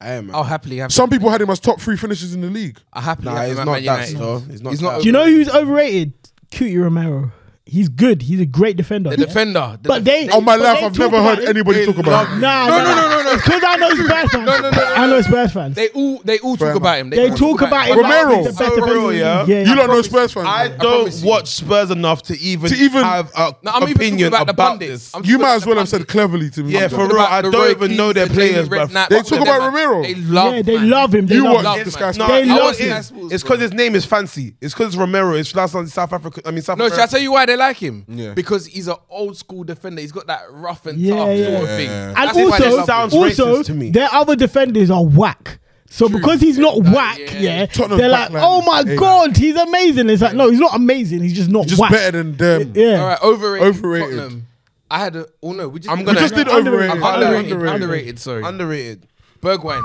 Hey, man.
I'll happily have.
Some people had him as top three finishers in the league.
I happily
Nah,
have
it's
him at
not
Man
that,
United.
though. It's not
He's
that.
not.
Do you know who's overrated? Cootie Romero. He's good. He's a great defender.
the defender? The
But they-
def-
Oh my
But
life,
they
I've
talk
never
about
heard
it.
anybody talk about him.
Nah,
No,
nah,
no,
nah.
no, no, no.
It's because I know Spurs fans.
No, no, no, no,
I know
no.
Spurs fans.
They all they all
Fair
talk about him.
They talk about him.
Romero.
Like he's the best
Romero,
defender in the
yeah.
league.
You don't know Spurs fans.
I
promise
don't
you.
watch Spurs enough to even,
To even-
have an
No, I'm even talking
opinion
about
about,
the pundits.
this.
I'm
You
talking
might
about
as well
the
have said cleverly to me.
Yeah,
I'm
for real, I don't even know their players, bruv.
They talk about Romero.
They love.
Yeah, they
man.
love him. They
You
love
watch
him.
this
man.
guy's
No,
They
I
love
want
him.
it. It's because his name is fancy. It's because Romero. It's last on South Africa. I mean, South
No, should I
America.
tell you why they like him?
Yeah.
Because he's an old school defender. He's got that rough and
Yeah,
tough
yeah.
sort of thing.
And
That's
and
why they
also,
love him.
sounds
also
racist to me.
their other defenders are whack. So because he's not whack,
yeah.
yeah,
Tottenham's
they're like,
backline
oh
is
my
eight.
god, he's amazing. It's like, no, he's not amazing. He's just not
just
whack.
better than them.
yeah.
All right, overrated.
Overrated.
Tottenham. I had a. Oh no, we just.
I'm
we
gonna-
Just did
Underrated.
overrated.
Underrated,
Underrated.
underrated, sorry.
underrated.
Bergwijn.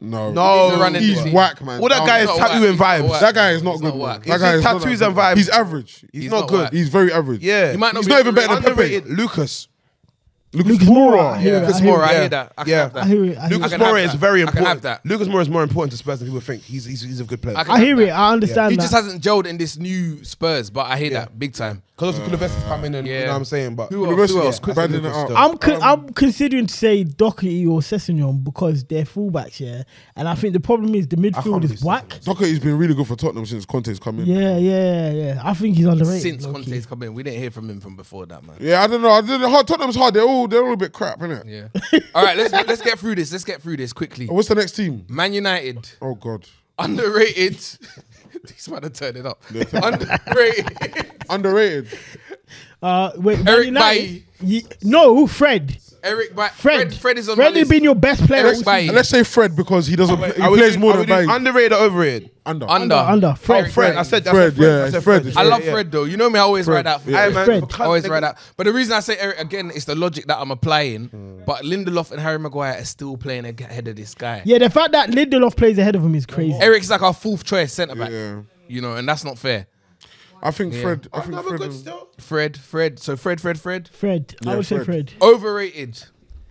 No,
No. He's a
running
he's
back.
whack, man.
All that
I'm
guy is
not-
He's
tattoo and
whack.
vibes.
He's
That guy is not
He's
good.
not
man.
whack.
That
He's
guy
just
is not
tattoos
that
and
good.
vibes.
He's average.
He's,
He's
not,
not
good.
whack.
He's very average.
Yeah,
He might not
He's
be
not even better than
underrated.
Pepe.
Lucas.
Lucas
Lucas Moura.
Moura.
Yeah.
Lucas
I hear
Moura, I
that.
hear that. I can
Yeah.
have that.
I hear it. I
Lucas
hear it.
can have
Moura is
that.
very
I can have
important.
that.
Lucas Moura is more important to Spurs than people think. He's he's, he's a good player.
I can-
I hear it. I understand
He
that.
just hasn't gelled in this new Spurs, but I hear that big time.
Because also Kulusevski's coming in. You
Yeah.
know what I'm saying? But
Who else?
Rest
Who
of
else?
us,
Yeah.
Brandon
Lucas
out.
still.
I'm con- I'm considering to say Doherty or Sessegnon because they're fullbacks, yeah. And I think the problem is the midfield
believe
is whack.
Doherty's been really good for Tottenham since Conte's come in. Yeah,
Yeah, yeah, yeah. I think he's underrated.
Since
low-key.
Conte's come in, we didn't hear from him from before that, man.
I don't know. I don't know. Hard- Tottenham's hard. They're all they're all a bit crap, innit?
Yeah. All right, let's let's get through this. Let's get through this
*laughs*
quickly.
What's the next team?
Man United.
Oh God,
underrated. *laughs* He's about to turn it up. underrated.
underrated.
Uh, wait, Man
Eric
United- Ye- no, Fred.
Eric ba-
Fred.
Fred. Fred is on
Fred
my
has
list.
been your best player.
Eric
all
Bailly.
And let's say Fred because he doesn't. he
Are we
plays
doing-
more
are we
than
doing
Bailly.
Underrated or overrated?
Under.
under.
Under. Fred.
Eric
Fred.
Bailly.
I said that's
Fred,
Fred.
yeah,
I said
Fred
Fred.
is
I love
Yeah, yeah.
Fred though. You know me. I always
Fred,
ride out. For
yeah.
Hey,
Fred.
man,
Fred.
for cunt,
I always
nigga.
ride out. But the reason I say Eric again is the logic that I'm applying.
Mm.
But Lindelof and Harry Maguire are still playing ag- ahead of this guy.
Yeah, the fact that Lindelof plays ahead of him is crazy.
Eric's like our fourth choice centre back.
Yeah.
You know, and that's not fair.
I think Fred. I think
Another
Fred.
good
is-
still.
Fred, Fred. So Fred, Fred, Fred.
Fred. I would say
Fred.
Fred.
Overrated.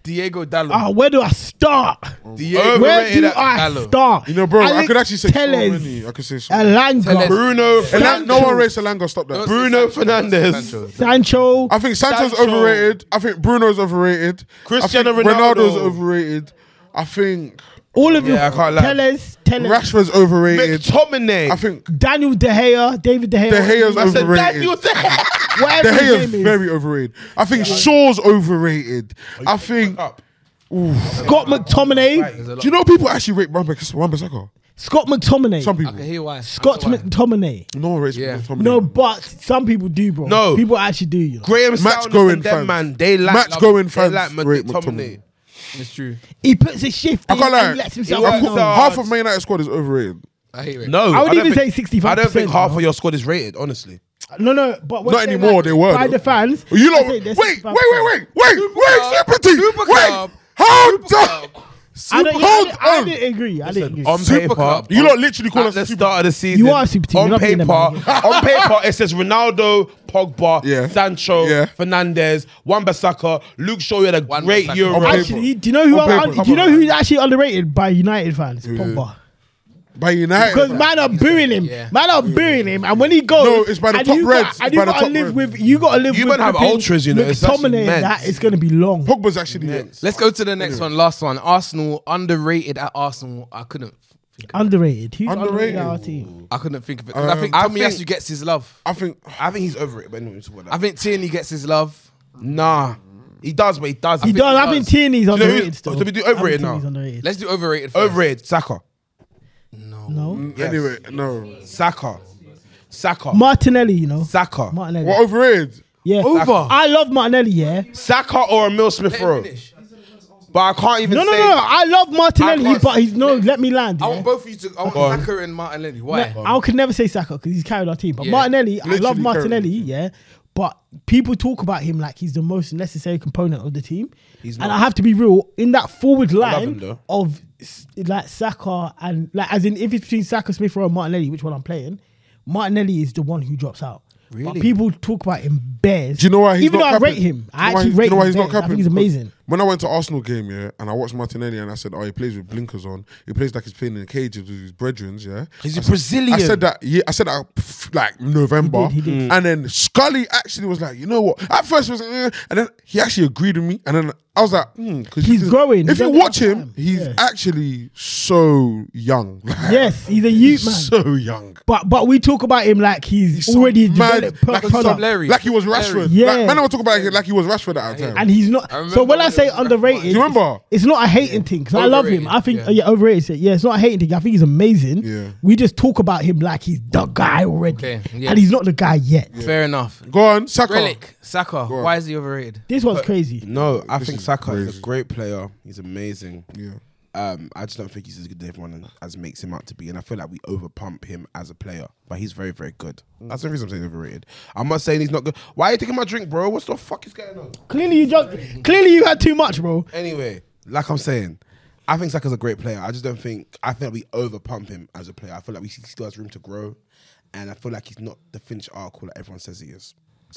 Diego Dallo.
Ah, where do I start?
Diego
Where do
Overrated at
I
Diallo.
start?
Oh. You know, bro. I
Alex
could actually say
Telles,
so many. I could say so.
Telles.
Alanga,
Bruno.
Elan-
Fernandes.
no one rates Elanga. Stop
Don't
that.
say
Bruno
Sancho,
Fernandes.
don't say Sancho.
Sancho.
I think Sancho's
Sancho.
overrated. I think Bruno's overrated.
Cristiano
I think Ronaldo's
Ronaldo.
overrated. I think
All of
Yeah, I can't
you.
lie.
Tellers, Tellers,
Rashford's overrated.
McTominay.
I think
Daniel De Gea, David De Gea.
De Gea's
I said
overrated.
Daniel
*laughs*
Tell-
whatever
De
his
Gea's
name is.
very overrated. I think Shaw's overrated. I think.
up.
Scott McTominay.
Do you know people actually rate Wan Bes- Wan Bissaka?
Scott McTominay.
Some
I
people.
can hear why. I can
Scott
hear why.
McTominay.
No one rates
Yeah.
Tommy.
No, but some people do, bro.
No.
people actually do. You know.
Graham
Match
Souness
going
and them
fans.
man, they like
Match going
they
fans
like
rate
McTominay.
McTominay.
It's true.
He puts a shift
I
in
can't
and
lie.
lets himself
He works
go.
out.
Half of Man United squad is overrated.
I hear it.
No,
I would
don't
even
think-
say 65%,
I don't think half
you know.
of your squad is rated, honestly.
No, no, but what
Not
I'm saying,
anymore,
like,
they were,
by
though.
the fans.
You
I
know,
say
wait,
they're
wait, wait,
65%.
wait, wait, wait,
Club,
sympathy,
Super
wait,
Club,
hold
Club.
on,
I don't-
Super-
yeah, I
hold
didn't- I
on.
didn't agree. I didn't agree.
On
Super
paper,
Cup.
You lot literally call
at
us
the
super.
start of the season,
You are a super team,
On
you're not being
paper,
them,
*laughs* on paper, it says Ronaldo,
*laughs*
Pogba,
Yeah.
Sancho,
Yeah.
Fernandez, Wan Bissaka, Luke Shaw. You had a
Wan
great
Bissaka.
Euro.
On paper.
Actually, do you know who
On
are,
paper, come
do you
on,
know who's actually underrated by United fans? Pogba.
By United.
Because
man.
man are booing him.
Yeah.
Man are booing him. And when he goes,
No, it's by the
and
top
you
reds.
got- And
It's by
you
the
gotta
top
live
reds.
with you gotta live
You
with
men have
flipping
ultras, you know, it's actually
McTominay and
mad.
that it's gonna be long.
Pogba's actually next.
Let's go to the next one. Last one. Arsenal underrated at Arsenal. I couldn't. Think of,
Underrated. Who's
Underrated.
underrated, at our team?
I couldn't think of it. 'Cause
Um,
I think
I
Tommy
think-
Asu gets his love.
I think
I think he's over it, but anyway, we'll talk about
I
that.
think Tierney gets his love.
Nah, he does, but he does.
He
think
does.
he
I think
does.
Tierney's
know who's-
underrated still.
so we do
I think
overrated now?
Tierney's underrated.
Let's do overrated. First.
over it. Saka,
No.
Yes.
anyway, no.
Saka, Saka,
Martinelli, you know.
Saka,
Martinelli.
We're overrated.
Yeah.
Over.
I love Martinelli, yeah.
Saka or Emil Smith
Let him
Rowe.
finish.
But I can't even
No, no,
say.
no. I love
I
Martinelli,
can't-
but he's no, let me land.
I
yeah.
want both of you to. I
on.
want Saka and Martinelli. Why?
No, I could never say Saka because he's carried our team. But
Yeah.
Martinelli, I love
Literally
Martinelli,
carried
yeah. But people talk about him like he's the most necessary component of the team.
He's
and
not.
I have to be real in that forward
him
line
though.
of s- like Saka and like as in if it's between Saka Smith Rowe and Martinelli, which one I'm playing, Martinelli is the one who drops out. But
Really?
people talk about him bears.
Do you know why he's
Even
not
though I
capping?
rate him, I
Do you know why
actually
he- do
rate
you know why
him.
he's not
bears. I think
capping?
he's
*laughs*
amazing.
When I went to Arsenal game, yeah, and I watched Martinelli, and I said, "Oh, he plays with blinkers on. He plays like he's playing in the cages with his brethren." Yeah,
He's a Brazilian.
I said that. Yeah, I said that pff, like November,
He did, he did.
and then Scully actually was like, "You know what?" At first, he was like, "Eh," and then he actually agreed with me, and then I was like, hmm, 'cause you
He's
can-
growing.
If
He's
you
having
watch
enough
him,
time.
he's
Yeah.
actually so young. *laughs*
Yes, he's a youth man.
so young.
But but we talk about him like he's,
He's so
already
mad,
developed per
like, he's
product.
some-
Larry.
like he was Rashford.
Larry.
Yeah.
Like, man, I was talking about it like he was Rashford at that time.
and he's not.
I remember
so when I
when
say
it was
underrated,
Rafa. Do
you remember?
It's not a hating thing because I love him. I think yeah,
Overrated,
overrated. Yeah, it's not a hating thing. I think he's amazing.
Yeah.
we just talk about him like he's the guy already,
Okay, yeah.
and he's not the guy yet.
Fair enough.
Go on, Saka.
Relic Saka. Why is he overrated?
This was crazy.
No, I think
is
Saka is
crazy.
a great player. He's amazing.
Yeah.
Um, I just don't think he's as good as everyone as makes him out to be, and I feel like we overpump him as a player. But he's very, very good.
Mm.
That's the reason I'm saying overrated. I'm not saying he's not good. Why are you taking my drink, bro? What the fuck is going on?
Clearly, you just, clearly you had too much, bro.
Anyway, like I'm saying, I think Saka's a great player. I just don't think I think we overpump him as a player. I feel like we he still has room to grow, and I feel like he's not the finished article that everyone says he is.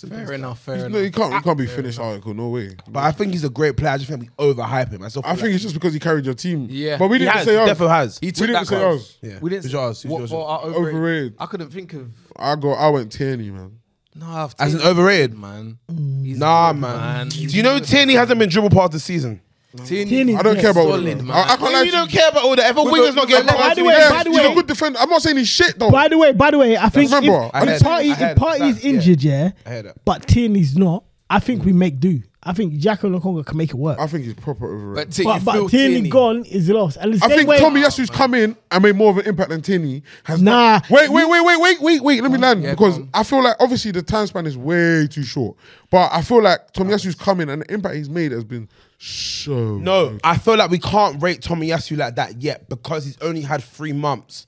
Fair enough. Fair
No, he
enough.
can't. He can't be finished article. No way.
But I think he's a great player. I just think we overhype him. I, still feel
I think
like-
it's just because he carried your team.
Yeah.
But we
He
didn't
has,
say "Oh, ours.
Defo has.
He took
We
that
didn't say
card.
ours.
Yeah.
We didn't.
Who's yours? Who's
What
yours?
for our overrated?
Overrated.
I couldn't think of.
I go. I went Tierney, man.
No, I've
As an
taken-
overrated?
man. He's
Nah,
good,
man. Do you know Tierney hasn't been dribble past the season?
Tierney.
Tierney's
I don't
next.
care about
Solid,
what
man.
I, I can't lie.
you
to
don't care about all that. If a winger's not getting
By
past
the
him,
way,
yeah.
by the
he's
way-
a good defender. I'm not saying he's shit though.
By the way, by the way, I think if,
remember, I
if
heard-
party
I heard
if party's
that, yeah.
injured, yeah,
I heard that.
but Tierney's not. I think we make do. I think Jacko Lokonga can make it work.
I think he's proper overrated.
But, Ti-
But,
you
but
feel
Tierney, gone is lost. And the
I
same
think
way,
Tommy Yasu's come in and made more of an impact than Tierney. Has
Nah.
not- Wait, wait, wait, wait, wait, wait, wait. Let me land
Yeah,
because
go on.
I feel like obviously the time span is way too short. But I feel like Tommy Yasu's come in and the impact he's made has been so.
No, I feel like we can't rate Tommy Yasu like that yet because he's only had three months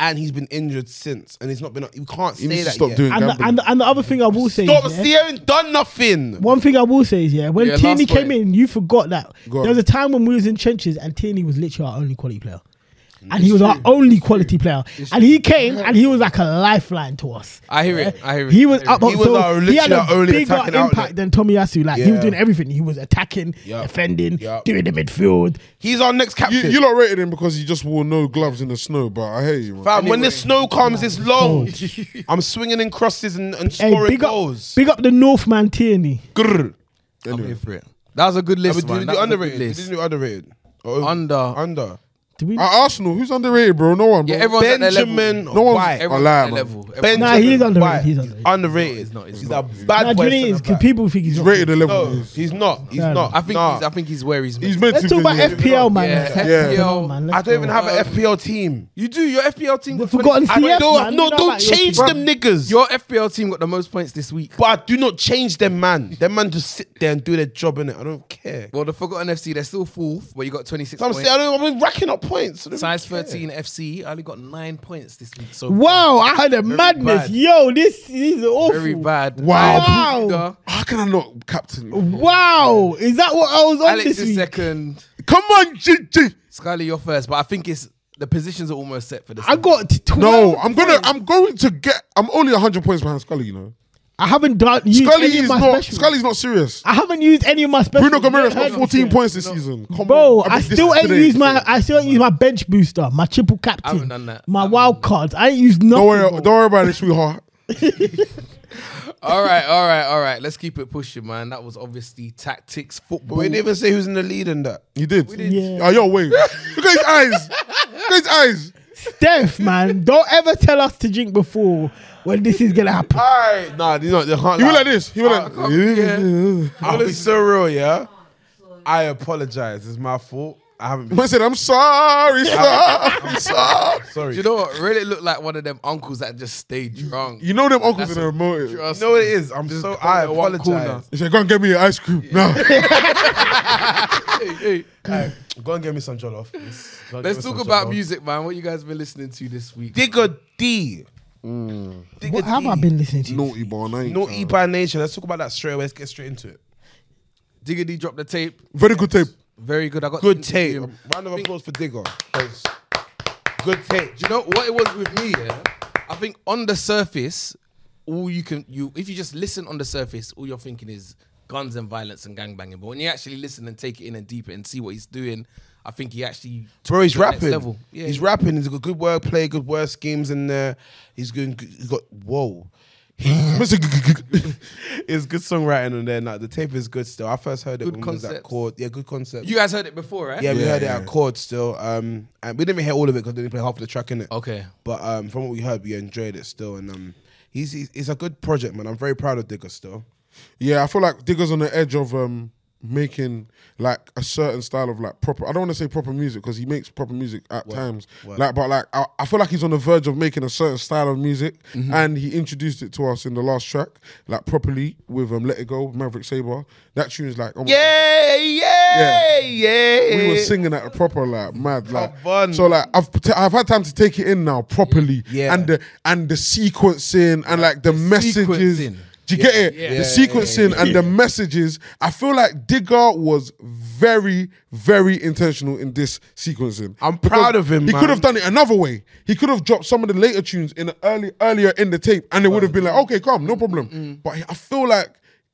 and he's been injured since. And it's not been, we can't
He
say
needs to
that
stop
yet.
doing
and the,
gambling.
and, the, and the other thing I will say,
Stop,
is, yeah,
see, you ain't done nothing.
One thing I will say is, yeah, when
Yeah,
Tierney
last point.
came in, you forgot that
Go on.
there was a time when we was in trenches and Tierney was literally our only quality player, and he was our only quality player, and he came and he was like a lifeline to us.
I hear it. I hear it.
He was
I hear *laughs*
up.
it.
He was
so
our-
he had
literally our
a
only
bigger
attacking
impact
outlet.
than Tomiyasu. Like he
Yeah.
was doing everything. He was attacking,
Yeah.
defending,
Yeah.
doing the midfield.
He's our next
You,
captain.
you lot rated him because he just wore no gloves in the snow, but I hear you, man.
Fam, when the snow comes, it's long. I'm swinging in crosses and, and
Hey,
scoring
big up,
goals.
big up the Northman Tierney.
Grrr.
I'm here for it. That was a good list,
Did we
man. That
do
was a good
underrated? Did
list.
we do underrated? Or over-
Under.
Under.
Do we?
At Arsenal, who's underrated, bro? No one, bro.
Yeah, everyone's at their
Benjamin-
level.
No
one's-
Why? Everyone's
I lie,
at their
man.
level. Everyone's
Benjamin
Nah, he is underrated,
White.
he's underrated.
underrated.
He's not, he's
He's
not.
a bad
Nah, do
boy.
you know it is?
centre-back.
'Cause people think he's not.
rated the level.
No, he's not. He's
Fair
not.
I think
Nah.
he's, I think he's where he's.
He's
meant.
meant
Let's
to
talk
be.
about FPL, man.
Yeah,
Let's
Yeah.
FPL.
go on, man.
I
Let's
don't
go
even
on.
have an FPL team.
You do your FPL team.
We've
got
forgotten
20
CF,
I don't,
man.
no,
We know
don't
about your
change
team.
them niggas.
Your FPL team got the most points this week.
but I do not change them, man. Them man just sit there and do their job in it. I don't care.
Well, the Forgotten FC, they're still fourth, but you got 26
So I'm
points.
saying I don't, I've been racking up points. so they don't
Size
care.
13 FC. I only got nine points this week. So
Wow, I had a madness.
bad.
Yo, this, this is awful.
Very bad.
Wow.
Wow.
How can I not captain?
Wow, is that what I was on
Alex
this
is
week?
second.
Come on, GG.
Scully, you're first. But I think it's the positions are almost set for this.
I got t- 12.
No, I'm gonna. I'm going to get. I'm only hundred points behind Scully. You know,
I haven't done used
Scully
any
is
of my
not.
specials.
Scully's not serious.
I haven't used any of my specials.
Bruno Gomes
Don't
got
hurt me.
14 points this season. Come
Bro,
on.
I,
mean, this
still ain't
today.
used my I still ain't used my bench booster, my triple captain,
haven't done that.
my wild cards. I ain't used nothing.
Don't worry,
bro.
don't worry about it, sweetheart.
all right, all right, all right. Let's keep it pushing, man. That was obviously tactics,
But
football.
we didn't even say who's in the lead in that.
You did.
Yeah.
Oh, yo, *laughs* wait. Look at his eyes. Look at his eyes.
Steph,
*laughs*
man, don't ever tell us to drink before when this is gonna
*laughs*
happen.
Alright, nah, you know they can't.
He
lie.
went like this. He went like.
I'm gonna be so real, yeah. I apologize. It's my fault. I haven't been
Man said, "I'm sorry, sir. I'm sorry."
sorry.
Do
You
you
know,
know what? Really looked like one of them uncles that just stayed drunk.
You know them uncles
That's
in the
a-
remote.
Trust
what it is? I'm so. I
it one corner.
apologize.
He said, "Go and get me an ice cream." No.
Hey, hey.
*laughs* Go and get me some jollof. Let's, go and get
Let's
me
talk
some
about
jollof.
music, man. What you guys been listening to this week?
Digger D.
Mm.
Digger
What have I
D.
been listening to?
*laughs* Naughty boy, no.
Naughty by nature. Let's talk about that straight away. Let's get straight into it.
Diggity dropped the tape.
Very good tape.
Very good. I got
Good
to
tape.
interview him.
Round of applause for Digger. 'cause Good tape.
Do you know what it was with me? Yeah, I think on the surface, all you can you if you just listen on the surface, all you're thinking is guns and violence and gangbanging. But when you actually listen and take it in and deeper and see what he's doing, I think he actually took
Bro,
it
he's
to the next
rapping.
level. Yeah,
he's
yeah.
rapping. He's got good word play, good word schemes in there. He's good. He's got whoa. *laughs* it's good songwriting on there. Now the tape is good still. I first heard it
Good
when we was at
concepts.
Chord. Yeah, good concept.
You guys heard it before, right?
yeah, we
Yeah,
heard it
yeah.
at Chord still. Um, and we didn't even hear all of it because they didn't play half of the track in it.
Okay.
But um, from what we heard, we enjoyed it still. And um, he's, he's it's a good project, man. I'm very proud of Digger still.
Yeah, I feel like Digger's on the edge of um making like a certain style of like proper. I don't want to say proper music because he makes proper music at times. Like, but like I, I feel like he's on the verge of making a certain style of music, and he introduced it to us in the last track, like properly with um "Let It Go" Maverick Saber. That tune's like oh my-
Yeah, yeah, yeah.
We were singing at a proper like mad like
Come on.
so like I've t- I've had time to take it in now properly
Yeah.
and the and the sequencing and like the messages.
sequencing.
Do you get it?
Yeah.
The
Yeah,
sequencing and the messages. I feel like Digger was very, very intentional in this sequencing.
I'm
Because
proud of him,
He could
man.
have done it another way. He could have dropped some of the later tunes in the early earlier in the tape, and it would have been like, okay, calm, no problem.
Mm-hmm.
But I feel like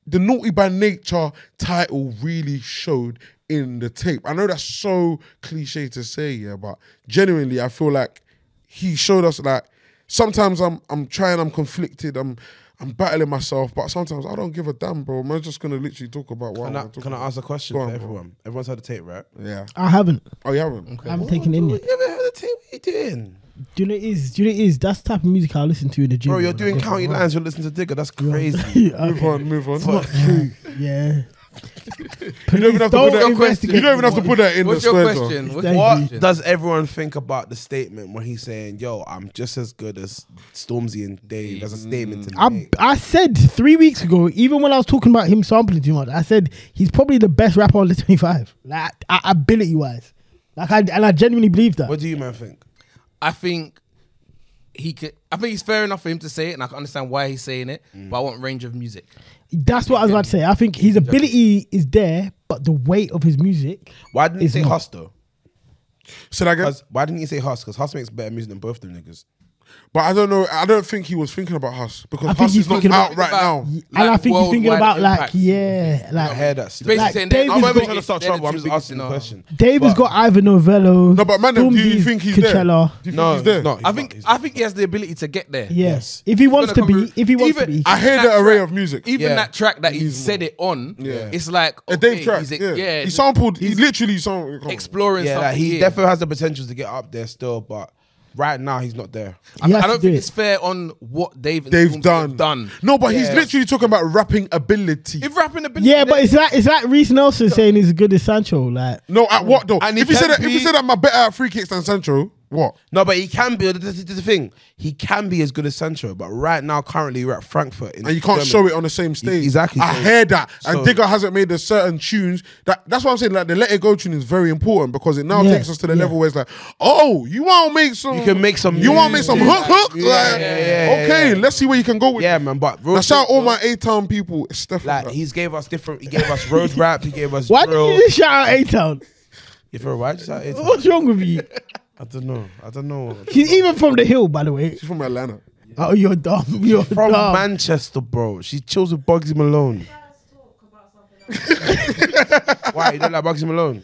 the Naughty by Nature title really showed in the tape. I know that's so cliche to say, yeah, but genuinely, I feel like he showed us like sometimes I'm I'm trying, I'm conflicted, I'm I'm battling myself, but sometimes I don't give a damn, bro. I'm just gonna literally talk about what
Can
I,
I,
want to talk
can I
about.
ask a question
Go
for
on, bro.
everyone? Everyone's heard the tape, right?
Yeah.
I haven't.
Oh, you haven't.
I haven't taken in yet.
You ever heard the tape? What are you doing?
Do you know what it is? Do you know what it is? That's the type of music I listen to in the gym.
Bro, you're
when I
doing
get
county
to work.
lines, you're listening to Digger. That's
*laughs*
crazy.
*laughs* Yeah, okay.
Move on,
*laughs*
move on.
Yeah.
*laughs* You don't even have to put
Don't
that.
investigate
You don't even have to put that in
What's
the
your
square.
question? What's
Thank
your
you.
what
question?
does everyone think about the statement when he's saying, yo, I'm just as good as Stormzy and Dave? That's a statement to
I,
me.
I said three weeks ago, even when I was talking about him sampling too much, I said he's probably the best rapper on the *laughs* 25, like ability wise. Like I and I genuinely believe that.
What do you, man, think?
I think he could. I think it's fair enough for him to say it, and I can understand why he's saying it. But I want range of music.
That's what I was about to say. I think his ability is there, but the weight of his music.
Why didn't he
It's
say
not.
Huss, though?
Said I guess,
'Cause- Why didn't he say Huss? Because Huss makes better music than both them niggas.
but I don't know. I don't think he was thinking about Huss
I
because
think
Huss
he's
is not
thinking
out
about-
right now.
and I
Like
think he's thinking
worldwide
about like,
impact.
yeah,
I
like
heard that.
He's
Still.
basically
Like,
saying they're-
Dave
I'm
is
not
David's
even
got-
trying to start
they're the
trouble. I'm
two
just
biggest
asking the
in our-
question.
Dave has
But-
got Ivan Novello.
No, but man, do you
Stormzy's
think he's there?
Coachella.
Do you think
No,
he's there?
no, he's
I
not,
think
he's
I think he has the ability to get there.
Yeah.
Yes.
If he wants to
gonna come
be,
through.
if he wants
Even-
to be,
I hear
That's
the array
right.
of music.
Even
Yeah.
that track that he said it on,
Yeah.
it's like okay,
A Uh, Dave track.
he's,
yeah.
yeah,
he sampled. He literally sampled. come on.
exploring
Yeah,
something.
like, he
here.
definitely has the potential to get up there still, but right now he's not there.
he
I
has
don't
to do
think
it.
it's fair on what Dave and
They've
Stormzy
done.
have done.
No, but he's
Yeah.
literally talking about rapping ability.
If rapping ability,
Yeah, but it's like it's like Reese Nelson saying he's as good as Sancho. Like
no, at what though?
Mm. And
if
he
you said
can
that, if you
be-
said that, my better at free kicks than Sancho. What?
No, but he can be. This is this is the thing. He can be as good as Sancho, but right now, currently, we're at Frankfurt, in
And you can't
Germany. E-
show it on the same stage.
exactly.
I
So-
hear that.
so-
and Digger hasn't made the certain tunes. That that's what I'm saying. Like the Let It Go tune is very important because it now
Yeah,
takes us to the
yeah.
level where it's like, oh, you want to make some.
You can make some
You want to make some
music.
hook hook.
Yeah, yeah,
like,
yeah, yeah,
okay,
yeah.
let's see where you can go with.
Yeah, man. But
Now
real
shout
talk,
all my A Town people. It's Steph.
Like he's gave us different. He gave us
*laughs*
road rap. He gave us
Why did
drill.
you just shout out A Town?
You feel right? Just like,
*laughs*
it's-
What's wrong with you?
I don't know. I don't know.
She's even from the hill, by the way.
She's from Atlanta.
Oh, you're dumb. You're
From
dumb.
Manchester, bro. She chills with Bugsy Malone.
Let's talk about something else.
Why you don't like Bugsy Malone?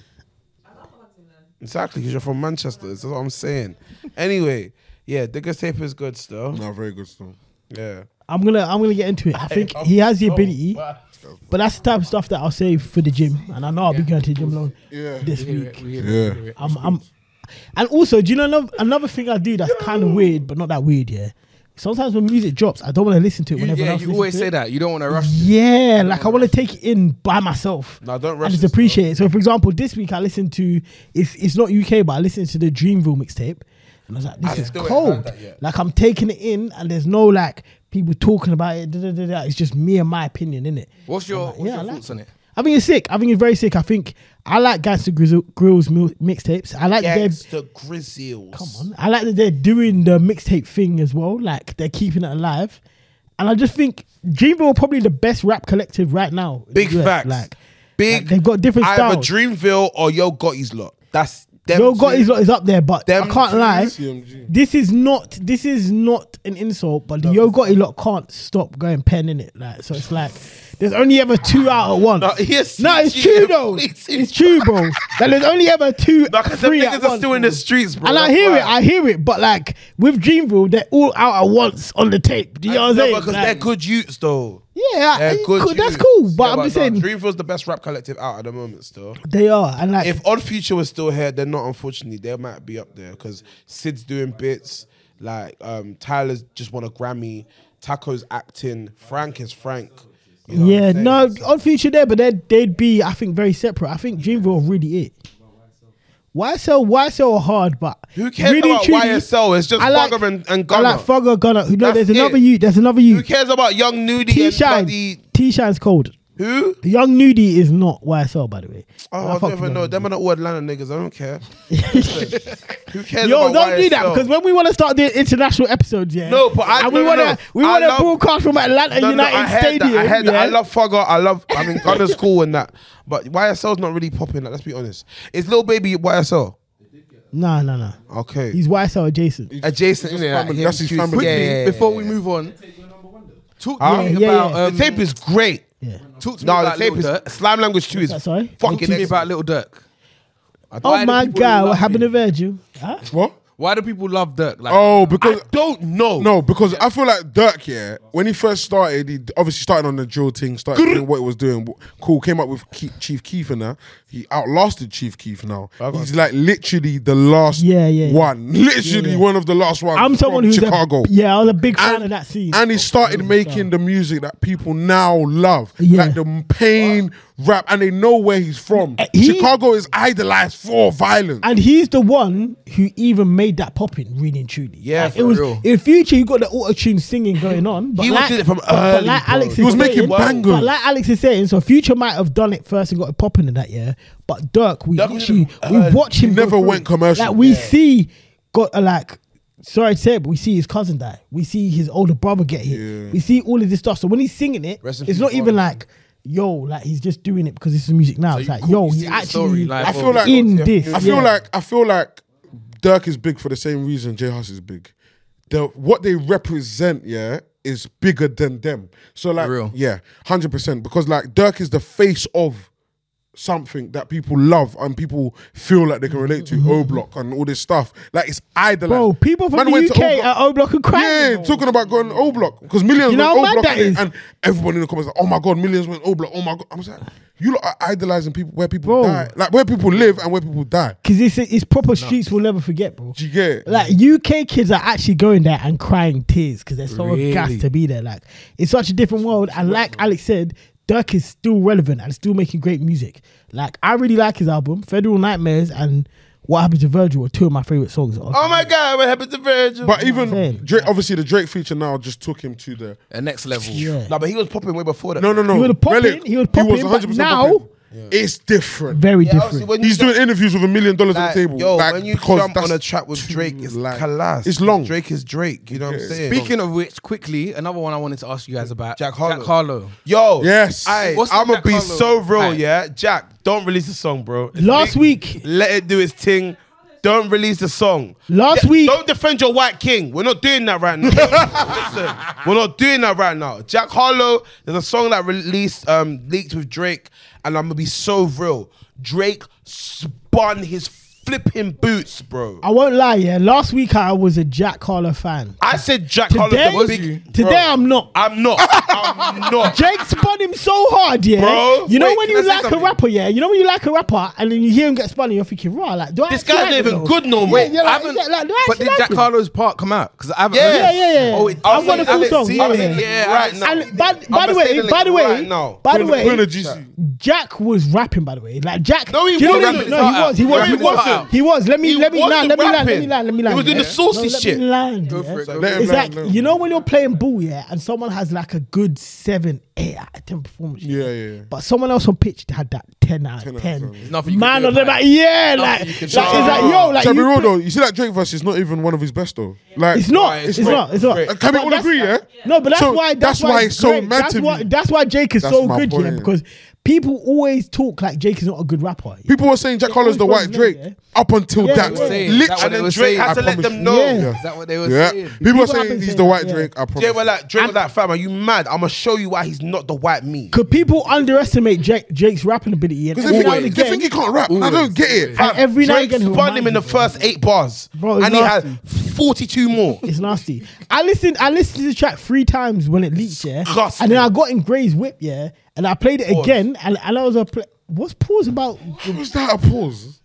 I love hunting them.
Exactly, because you're from Manchester. That's what I'm saying. Anyway, yeah, Digger's tape is good still.
No, very good song.
Yeah.
I'm gonna I'm gonna get into it. I think he has the ability, but that's the type of stuff that I'll save for the gym. And I know I'll be going to the gym alone
Yeah.
this
We hear
week.
it, we hear it,
Yeah.
we hear it.
I'm, I'm, and also, do you know another, another thing I do that's kind of weird, but not that weird? Yeah. Sometimes when music drops, I don't want to listen to it.
You-
When everyone
yeah,
else
you
listens
always
to
say
it.
that. You don't want to rush.
Mm. Yeah, like I want to take it in by myself.
No, don't
I
rush.
just
this,
appreciate it. So, for example, this week I listened to it's it's not UK, but I listened to the Dreamville mixtape, and I was like, this
I
is
still ain't heard
cold.
that yet.
Like I'm taking it in, and there's no like people talking about it. Da, da, da, da. It's just me and my opinion in it.
What's your, what's
yeah, I
your
like
thoughts on it?
I think it's sick. I think it's very sick. I think I like Gangster Grizzle, Grill's mu- mixtapes. I like
though.
their
Gangsta Grizzles.
come on. I like that they're doing the mixtape thing as well. Like they're keeping it alive, and I just think Dreamville are probably the best rap collective right now. in
Big
the US.
facts.
Like
Big.
like, they've got different
Either
styles.
Dreamville or Yo Gotti's lot. That's them.
Yo
two.
Gotti's lot is up there, but I
Them
can't
two-
lie.
CMG.
This is not this is not an insult, but the Yo Gotti lot can't stop going pen in it. Like so, it's like there's only ever two out at once.
No, yes,
no it's
CG,
true though.
please.
It's true, bro. That there's only ever two,
No, 'cause them
three
niggas
at
are
once,
still in
bro.
the streets, bro.
And I
That's
hear it,
why.
I hear it, but like with Dreamville, they're all out at once on the tape. Do you know what I'm
No,
saying?
because
Like,
they're good youths, though.
yeah,
They're
I-
good.
cool, that's
youths.
cool. But
Yeah,
I'm just
no,
saying
Dreamville's the best rap collective out at the moment, still.
they are, and like
if Odd Future was still here, they're not. Unfortunately, they might be up there because Sid's doing bits. Like um, Tyler's just won a Grammy. Taco's acting. Frank is Frank. You know what
yeah,
I'm saying?
no,
So-
on future there, but they'd, they'd be, I think, very separate. I think Dreamville really it. YSL, YSL are hard, but
Who cares
really
about
truly,
YSL? It's just Fugger and- and
I like
Gunna.
Fogger, Gunner. No,
That's
there's
it.
another you. There's another
who
you.
cares about Young Nudie
T
and
Shine.
bloody
T Shine's cold.
who?
Young Nudie is not YSL, by the way.
Oh,
I
I,
fuck
don't
with
even know. Them are not all Atlanta niggas. I don't
*laughs*
care. who cares?
Yo,
about
don't do that
YSL?
because when we want to start doing international episodes, yeah.
No, but I-
and
no,
we
no,
want to
no.
we
I
want to
love-
broadcast from Atlanta
No, no,
United
I heard
Stadium.
That. I heard
yeah?
that. I love Fogger. I love. I mean, Gunner's cool and that. But YSL's not really popping. Like, let's be honest. Is Lil Baby YSL?
No, no, no.
Okay.
He's YSL adjacent.
adjacent. Isn't it? Like
family-
him
that's his
choosing-
family.
Quickly,
Yeah,
Before we move on, talk to
Huh?
me
Yeah,
about
yeah.
um,
the tape is great.
Yeah.
Talk to me
No, the
about
tape
Little
is
Dirk.
Slam Language Two is
that, sorry?
Talk
fucking
to me about
excellent.
Little Dirk. Why
Oh
do
my
people
God,
love
what happened to
him?
Virgil? Huh?
What?
Why do people love Dirk? Like,
Oh, because
Don't know.
No, because I feel like Dirk, yeah, when he first started, he obviously started on the drill thing, started doing what he was doing. w- Cool, came up with Ke- Chief Keef and that. He outlasted Chief Keef now.
Okay.
He's like literally the last
Yeah, yeah, yeah.
one. Literally
Yeah, yeah.
one of the last ones.
I'm someone
from
who's a-
Chicago.
yeah, I was a big fan
And-
of that scene.
And he started making the music that people now love.
Yeah.
Like the pain rap, and they know where he's from.
Uh, he-
Chicago is idolized for violence.
And he's the one who even made that popping, really and truly.
Yeah,
Like, it
for
was
real.
in future. You got the auto tune singing going on, but
He was
like,
doing it from
but- but
early,
like
bro.
Alex
He
is
was making
saying-
bangers.
But like Alex is saying, so future might have done it first and got it popping in that year. But Dirk, we
Dirk was
literally
doing
we
it early.
watch him.
uh, He
go
never
through
went
it.
commercial.
Like we see, got uh, like. Sorry to say, it, but we see his cousin die. We see his older brother get hit. We see all of this stuff. So when he's singing it,
Rest in
it's
peace,
not even
Marlon.
like, yo, like he's just doing it because this is music now. it's
you
like,
could-
yo,
you
he's
see the
actually
story live
I feel like
in this.
I feel
yeah.
like I feel like Dirk is big for the same reason J Huss is big. The what they represent, yeah, is bigger than them. So like,
For real.
yeah, hundred percent. Because like Dirk is the face of something that people love and people feel like they can relate to. O Block and all this stuff. Like it's idolized.
Mm-hmm. Bro, people from
Man
the
went to
UK
O Block-
at O Block are crying.
yeah,
bro.
talking about going O Block because millions
You know
went
how mad
O Block
that
and,
is?
and everyone in the comments like, "Oh my god, millions went O Block." Oh my god, I was like, "You lot are idolizing people where people
Bro.
die, like where people live and where people die."
Cause it's it's proper streets we'll never forget, bro.
Do you get it?
Like
Mm.
UK kids are actually going there and crying tears because they're so
Really?
gassed to be there. Like it's such a different world, and like Alex said, Dirk is still relevant and still making great music. Like I really like his album, Federal Nightmares, and What Happened to Virgil were two of my favorite songs.
Oh my God, what happened to Virgil?
But
saying.
even Drake, obviously the Drake feature now just took him to the
The next level.
yeah.
no, but he was popping way before that.
no no no.
He would've popped
Relic,
in, he would've popped in, but now-
popping. it's different.
very
Yeah, obviously,
different.
when you
He's
jump-
doing interviews with a million dollars
like,
on the table.
Yo,
like,
when you
because
jump
that's
on a track with
too
Drake, it's
light.
class.
It's long.
Drake is Drake. You know what I'm saying?
Speaking of which, quickly, another one I wanted to ask you guys about.
Jack Harlow.
Jack Harlow.
Yo,
Yes.
I,
What's the
I'm gonna
Jack
be
Harlow?
so real,
Aye.
yeah. Jack, don't release the song, bro.
Last week-
let it do its thing. Don't release the song.
Last
Yeah,
week-
don't defend your white king. We're not doing that right
*laughs*
now. Listen, we're not doing that right now. Jack Harlow, there's a song that released, um, leaked with Drake, and I'm gonna be so real. Drake spun his flipping boots, bro.
I won't lie, yeah. Last week I was a Jack Harlow fan.
I said Jack
Today,
Harlow's the big.
today
bro,
I'm not.
I'm
*laughs*
not. I'm not.
Jake spun him so hard, yeah.
Bro,
you know
wait,
when
can I
you
say
like a
something?
rapper, yeah. You know when you like a rapper and then you hear him get spun, and you're thinking, "Raw, like, do I?"
This
actually
guy's not
like him
even
though?"
good no more.
Yeah, you're like,
I
is
haven't-
that- like, do I
but
actually
did
like
Jack
him?
Harlow's part come out? Because I haven't.
Yeah.
heard it.
Yeah, yeah, yeah.
Oh, it doesn't.
I've got the full
haven't
song,
seen
yeah,
it.
yeah.
Right
I-
now.
And by,
I'm
by the way,
saying
by
it
the way,
right now.
by the
We're in a
way,
GC.
Jack was rapping. By the way, like Jack.
No, he
do you know
wasn't
what it
rapping. He
is? No, he was. He
wasn't.
was. He
He wasn't.
wasn't. He was. Let me
He
let me
wasn't
land. Let me land. Let me
rapping.
land. Let me
He
land.
was doing
yeah.
the saucy
No, let me
shit.
land,
Go
yeah.
for it, go
Let
for
him
it.
It's
land,
like
let him
you know when you're playing ball, yeah, and someone has like a good seven, eight out of ten performance.
Yeah, yeah, yeah.
But someone else on pitch had that ten out of
10.
ten.
nothing you can
Man,
do
on them
about
like
it.
yeah,
Nothing
like
you
like
can
it's
do about it.
like yo, like
Shall I be
you
real
play-
though. You see that Drake verse is not even one of his best though. Like
It's not.
Right,
It's,
it's
not.
great.
It's not.
Great.
Can we
But
all
that's-
agree, yeah?
No, but that's
So
why. That's,
that's why it's so
great.
mad
that's
to
why,
me.
That's why Jake is
That's
so
my
good, yeah,
point.
because people always talk like Jake is not a good rapper. yeah.
People were saying Jack Harlow's the
always
white
was
Drake
there.
up until
Yeah,
that.
they were
saying. That
And
They
then
were
Literally.
Drake
saying-
had to
I
let
promise
them
you.
know.
Yeah.
Is that what they were
Yeah.
saying?
People are
People have been
saying he's
saying
the
that,
white
yeah.
Drake. I promise.
Yeah, well, like Drake was
And-
like, fam, are you mad? I'm gonna show you why he's not the white me.
Could people underestimate Jake, Jake's rapping ability? And
Because they,
every now
think-
and
they
again,
think he can't rap. I don't get it.
and every now and
Drake
again, he'll
spun him in
remind
the
you.
first eight bars,
Bro, it's
and he had
nasty.
42 more.
It's nasty. I listened. I listened to the track three times when it leaked, yeah.
Disgusting.
And then I got in Gray's whip, yeah. And I played it
Pause.
again, and, and I was a pl- what's pause about?
What was that a pause?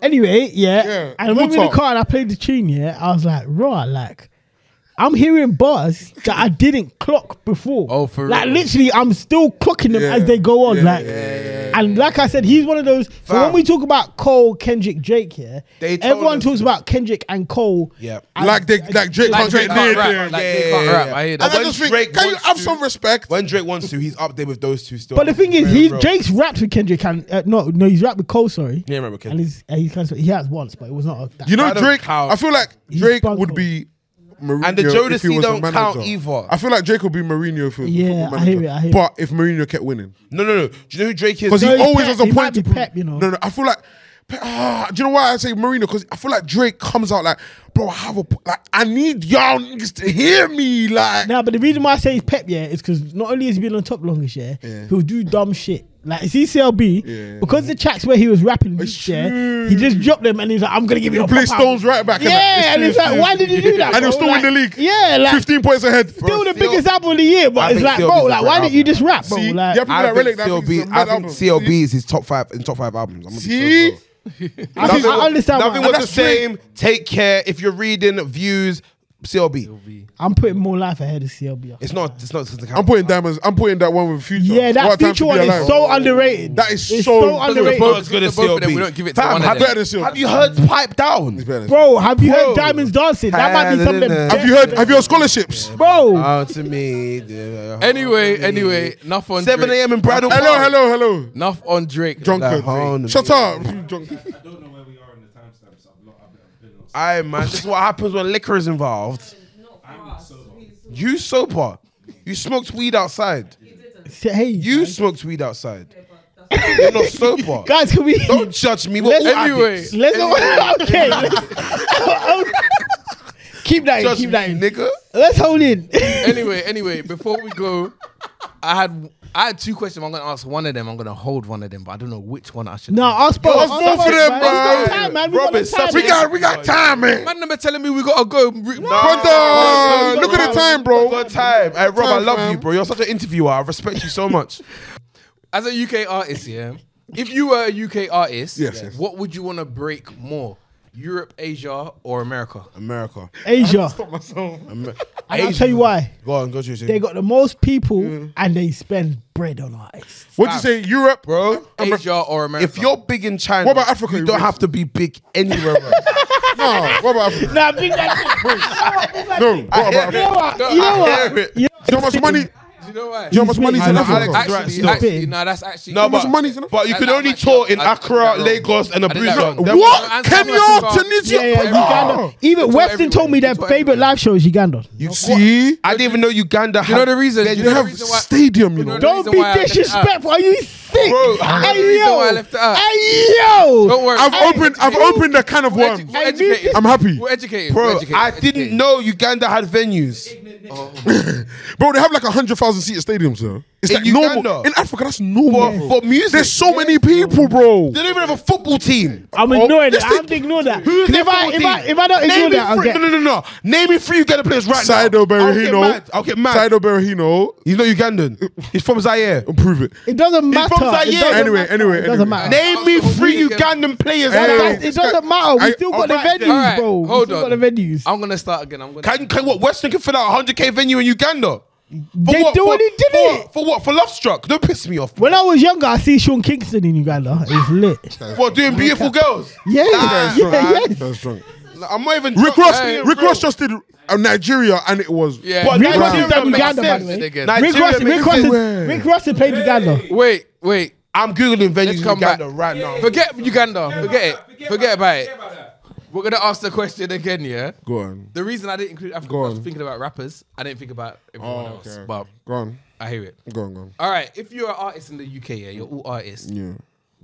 Anyway, yeah.
Yeah,
And when we were in the
Water.
car and I played the tune, yeah, I was like, raw, like. I'm hearing bars that I didn't clock before.
Oh, for
like
real?
literally, I'm still clocking them
Yeah.
as they go on.
Yeah,
like, and like I said, he's one of those. So
Fam.
when we talk about Cole, Kendrick, Drake here,
They told
everyone
us-
talks about Kendrick and Cole.
Yeah.
as-
like they, like Drake
Like
can't
Drake
get near
can't
there.
rap.
And
Like
Yeah,
Drake
yeah,
can't
yeah,
rap.
yeah.
I hear
I
when
that.
just think,
Drake
can you
wants
have
to-
some respect?
When Drake wants to, he's up there with those two still.
But the thing is,
Very
he's
real.
Drake's rapped with Kendrick and uh, no, no, he's rapped with Cole. Sorry,
Yeah, I remember
and
Kendrick.
he's and he's cancelled. He has once, but it was not. A, that
You know
I don't
Drake.
count.
I feel like
He's
Drake
bug
would
hole.
be. Mourinho
And the
if he
Jodeci
was a
don't
manager.
count either.
I feel like Drake would be Mourinho if he was a
Yeah,
football
I hear
manager.
it, I hear it.
But if Mourinho kept winning,
No, no, no. Do you know who Drake is?
because
No,
he
he's
always
Pep.
has a
He might
point
be
to prove.
Pep, you know.
No, no. I feel like. Pep- Ah, do you know why I say Mourinho? Because I feel like Drake comes out like, bro, I have a po- like, I need y'all niggas to hear me, like.
Now, but the reason why I say he's Pep, yeah, is because not only has he been on top longest, yeah, he'll do dumb shit. Like it's E ECLB
Yeah.
because the tracks where he was rapping, this, yeah, he just dropped them and he's like, "I'm gonna give you a
Play
pop out."
Stones right back.
Yeah, and it's like, why did he do that?
*laughs* And
bro?
he'll still
like,
win the league.
Yeah, like
fifteen points ahead.
still
Still-
the biggest album of the year, but
I
it's
think
like,
CLB
bro,
is a
like
great
why didn't you just rap, bro?
See,
Like,
yeah,
I
Like,
think
Relic, that thing's
CLB,
a
I
mad
think
album.
CLB is his top five in top five albums. I'm gonna be so
See?
real.
I, think- I understand. why.
Nothing was the
that's Drake.
same. Take care. If you're reading views, CLB.
I'm putting more life ahead of CLB.
It's not. It's not. It's
*laughs*
I'm putting diamonds. I'm putting that one with Future.
Yeah, that
What a Time to
future
Be
one
Alive.
is so underrated.
That is
It's
so-
so
Because
We're
underrated.
both as good as
Both of them,
CLB.
we don't give it to one of
have,
them.
Better than Seal.
have you heard Pipe Down? *laughs*
It's better than
Bro, have you
Bro.
heard Diamonds Dancing? That might be something.
Have Uh,
Seal. Have you heard? Have you heard scholarships?
Bro,
Out to me. dear.
*laughs*
Anyway, anyway, enough on
7
Drake.
a.m. in Bradle.
Hello, hello, hello.
Enough on Drake.
That horn
Drunken. Shut
of
up. you drunken.
I don't know where we are in the timestamps. I've, lo- I've, I've been lost.
Aye, man. This is what happens when liquor is involved.
Not for us. We-
You sober. You smoked weed outside.
He didn't.
say, hey,
You smoked weed outside.
But
*laughs*
that's
You're not sober.
guys, can we?
Don't judge me. We're all
Anyway.
addicts.
Let's *laughs* okay. let's- *laughs* keep that. In,
Judge
keep
me,
that. In.
nigga.
Let's hold in. *laughs*
anyway, anyway, before we go, I had I had two questions. I'm gonna ask one of them. I'm gonna hold one of them, but I don't know which one I should.
no, ask bro.
Let's
ask
go
bro,
for them,
man. We
bro.
got time, man. We got
Robert,
time,
such-
We
man.
got, we got time, man.
Man, number telling me we gotta go.
Brother, look at the time, bro.
Good time. Hey, Rob, I
Time,
love
fam.
you, bro. You're such an interviewer. I respect you so much.
As a UK artist, yeah. If you were a UK artist,
Yes, yes.
what would you want to break more? Europe, Asia, or America?
America.
Asia.
Stop myself.
And I'll tell you why.
Go on, go to your
They
team.
got the most people
Mm.
and they spend bread on artists.
What'd you say? Europe,
Bro,
Asia or America.
if you're big in China,
What about Africa?
You don't have to be big anywhere else.
No, what about Africa?
Nah, big
*laughs*
that.
No, what about
hear
You
Africa?
know what?
No,
You know
I
what?
hear it.
You
Do you know how much money? Do
do you know why?
you know how much money's in
I know
Africa?
Alex-
bro?
Right,
actually,
still.
actually, no, that's actually
No,
much
but,
money's in
but you
That-
could
that
only
might
tour
be-
in
I- I
Accra,
don't know.
Lagos, and
did that
Abuja.
wrong.
That-
What?
That's
Kenya,
Africa.
Tunisia,
Yeah, yeah, Uganda.
Uganda.
Even
It's all
Weston told me their
everywhere. It's all
favorite
everywhere.
live show is Ugandan.
You see,
I didn't even know Uganda.
you know the reason.
Then
you
they
know the
have
reason why-
stadium, you
You
know.
know the
Don't
reason
be
why I left it
disrespectful. Are you sick?
Bro, I
know the
hey
reason
yo,
why I left it out.
hey yo.
Don't worry.
I've
Hey,
opened, I've opened a can of
We're edu-
worms.
we're
Hey,
educated.
I'm happy,
We're educated.
Bro,
we're educated.
I
we're
didn't
educated.
know Uganda had venues.
bro. They have like a hundred thousand seater stadiums, though. It's
In
like normal
Uganda?
in Africa. That's normal
For-
bro.
for music?
There's so many people, bro.
They don't even have a football team.
I'm ignoring
let's
it. I have
take-
to ignore that.
Who's
'Cause
their
If I,
football
if, I,
team?
if I don't
Name
ignore
me
that, I'll
three-
get.
No, no, no, no. Name me three Uganda players right
Saido
now. I'll get
Berahino.
mad. I'll get mad.
Saido Berahino.
He's not Ugandan. He's from Zaire.
Prove it.
It doesn't
It's
matter.
from Zaire.
It doesn't
Anyway,
matter.
anyway,
it doesn't
anyway.
matter.
Name me three
Hey.
Ugandan players.
Hey.
right
Guys,
now.
it doesn't matter. We
Hey,
still got the
alright then.
venues,
Alright,
bro. We
hold
still
on.
got the venues.
I'm gonna start again. I'm gonna.
Can, can what Western can fill out a 100k venue in Uganda? For
They do
for,
what they did
for,
it.
For what? For Love Struck? Don't piss me off.
when I was younger, I see Sean Kingston in Uganda. It's lit.
What, doing beautiful girls?
Yeah,
Nah,
yeah,
man.
yeah.
That's drunk.
Like, I'm not even.
Rick Ross,
Hey,
Rick
bro.
Ross just did uh, Nigeria, and it was
yeah.
But
Rick
Nigeria
Ross has done
makes
Uganda, by the
sense.
way.
Again.
Rick
Nigeria
Ross, Rick
makes
Ross,
sense.
is, Rick Ross has played Uganda.
wait, wait.
I'm googling venues in
Let's come back.
Uganda right now.
Forget Uganda. Forget it. Forget about it.
Forget about that.
We're gonna ask the question again. Yeah.
Go on,
The reason I didn't include Africa
Go
was I was
on.
thinking about rappers. I didn't think about everyone
Oh,
else.
okay.
But
go on,
I hear it.
go on, go on.
All right. If you're an artist in the UK, yeah, you're all artists.
Yeah.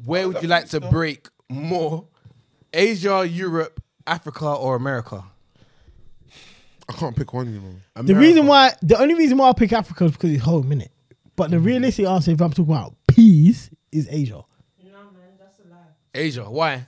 Where would you like to break more? Asia, Europe, Africa, or America?
I can't pick one, you know.
The reason why, the only reason why I pick Africa is because it's home, innit? But the realistic answer, if I'm talking about peas, is Asia.
No, man, that's a lie.
Asia. Why?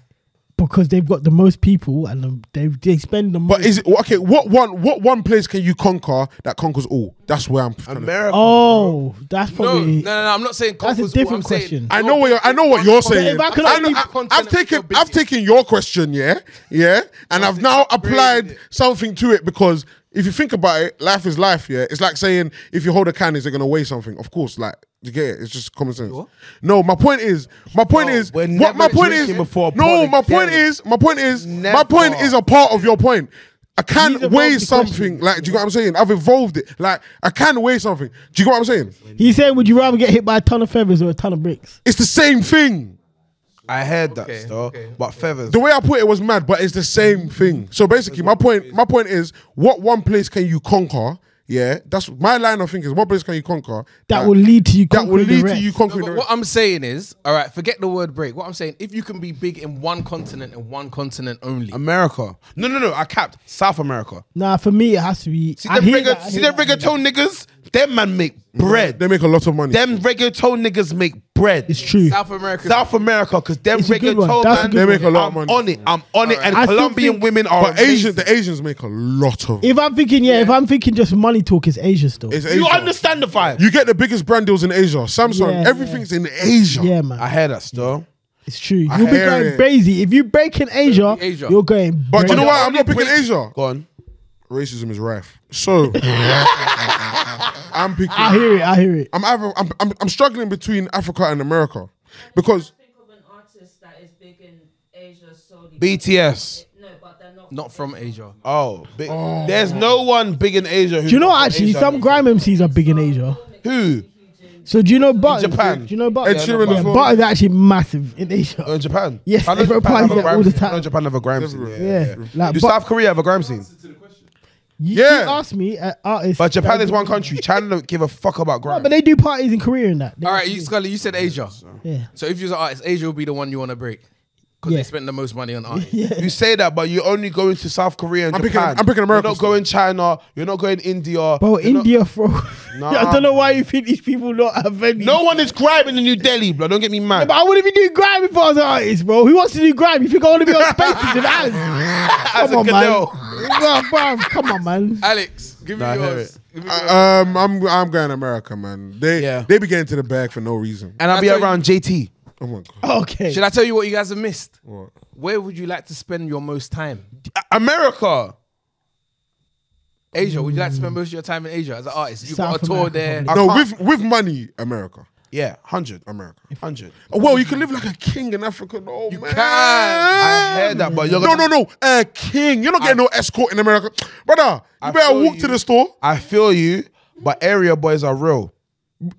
because
Because they've got the most people and the, they, they spend the
But
most.
is it okay? What one? What one place can you conquer that conquers all? That's where I'm. trying to-
America.
Oh, that's
No, no,
probably.
no, no. I'm not saying
That's a
conquers,
different
I'm saying-
question.
I know what you're, I know what you're saying.
if I could
I
only-
have taken I've taken your question, yeah, yeah, and I've now applied something to it because if you think about it, life is life, yeah. It's like saying if you hold a can, is it gonna weigh something? Of course, like you get it. It's just common sense. No, my point is, my point
No,
is,
we're
what my
never
point is,
drinking before a
no,
pod
my point
again.
is, my point is, my
Never.
point is a part of your point.
These
I
are
can weigh
multi-questions.
something. Like, do you get what I'm saying? I've evolved it. Like, I can weigh something. Do you get what I'm saying?
He's saying, would you rather get hit by a ton of feathers or a ton of bricks?
It's the same thing.
I heard that
Okay,
stuff,
okay,
but feathers.
The way I put it was mad, but it's the same thing. So basically, my point, my point is, what one place can you conquer? Yeah, that's my line of thinking. is What place can you conquer
That will lead to you.
that will
conquering the
lead to
rest.
Oh,
you conquering?
But
the
what
rest.
I'm saying is, all right, forget the word break. What I'm saying, if you can be big in one continent and one continent only,
America. No, no, no. I capped South America.
Nah, for me, it has to be.
See
I
them,
hear
regga-
that, I
see
hear
them
that.
reggaeton niggas? Them man make bread.
They make a lot of money.
Them reggaeton niggas make bread.
It's true.
South America,
South America, because them
It's a good one.
reggaeton
That's a
man,
good They
make one. a lot of
I'm
money.
on it. I'm on it, and
I still
Colombian
think-
women are.
but Asian,
amazing.
the Asians make a lot of.
If I'm thinking, yeah, if I'm thinking just money talk, it's Asia still.
It's
you
Asia.
understand the vibe?
You get the biggest brand deals in Asia. Samsung,
Yeah,
everything's in Asia.
yeah, man.
I hear that still.
It's true. You'll be
hear
going
it.
crazy. If you break in Asia,
Asia.
you're going.
But do you know
crazy.
what? I'm not picking Asia.
Go on.
Racism is rife.
*laughs*
So *laughs* I'm picking.
I hear it. I hear it.
I'm, either- I'm I'm I'm struggling between Africa and America because
Think of an artist that is big in Asia solely.
BTS.
No, but they're not.
not from Asia.
Oh, big. there's no one big in Asia. Who
Do you know what, actually some grime MCs are big in Asia?
who
So do you know Butter?
Japan.
Do you know Butter?
Ed Sheeran
yeah,
as well.
Butter's actually massive in Asia.
Oh, in Japan?
Yes,
I know
everybody
Japan have a
there
grime
all the
scene. I know
time.
Japan have a grime scene. Yeah,
yeah,
yeah, yeah.
like
Do
but
South Korea have a grime scene?
you,
Yeah.
you asked me uh, artists,
But Japan
that
is
do-
one country. China don't give a fuck about
No,
grime.
but they do parties in Korea and that. They-
All right, you, Scully, you said Asia.
yeah,
So if you're an artist, Asia will be the one you want to break because
Yeah.
they spend the most money
*laughs*
on art.
You say that, but you're only going to South Korea and
I'm picking-
Japan.
I'm picking America
You're not
still.
going China. You're not going India.
bro,
You're not-
India, bro. *laughs*
Nah.
I don't know why you think these people not have venues.
no one is grabbing in New Delhi, bro. Don't get me mad.
But I wouldn't be doing grime if I was an artist, bro. Who wants to do grime? You think I want to be on spaces and ads?
As
Come
a
on, man.
Canelo.
Bruh, bruh, come on, man.
Alex, give me
Nah, I hear
yours.
it.
Give me yours.
I- um, I'm I'm going to America, man. They
Yeah.
they be getting to the bag for no reason.
and I'll
I
be
tell you-
around JT.
Oh my god.
Okay.
Should I tell you what you guys have missed?
What?
Where would you like to spend your most time?
A- America.
Asia, would you like to spend most of your time in Asia as an artist? You've got
South
a tour
America,
there.
I
no,
can't-
with with money, America,
Yeah, hundred,
America.
hundred.
Oh, well, you can live like a king in Africa. No, you man.
can. I
heard that, but you're
no,
gonna-
no, no. A king. You're not getting no escort in America, brother. You
I
better
feel
walk
you.
to the store.
I feel you, but area boys are real.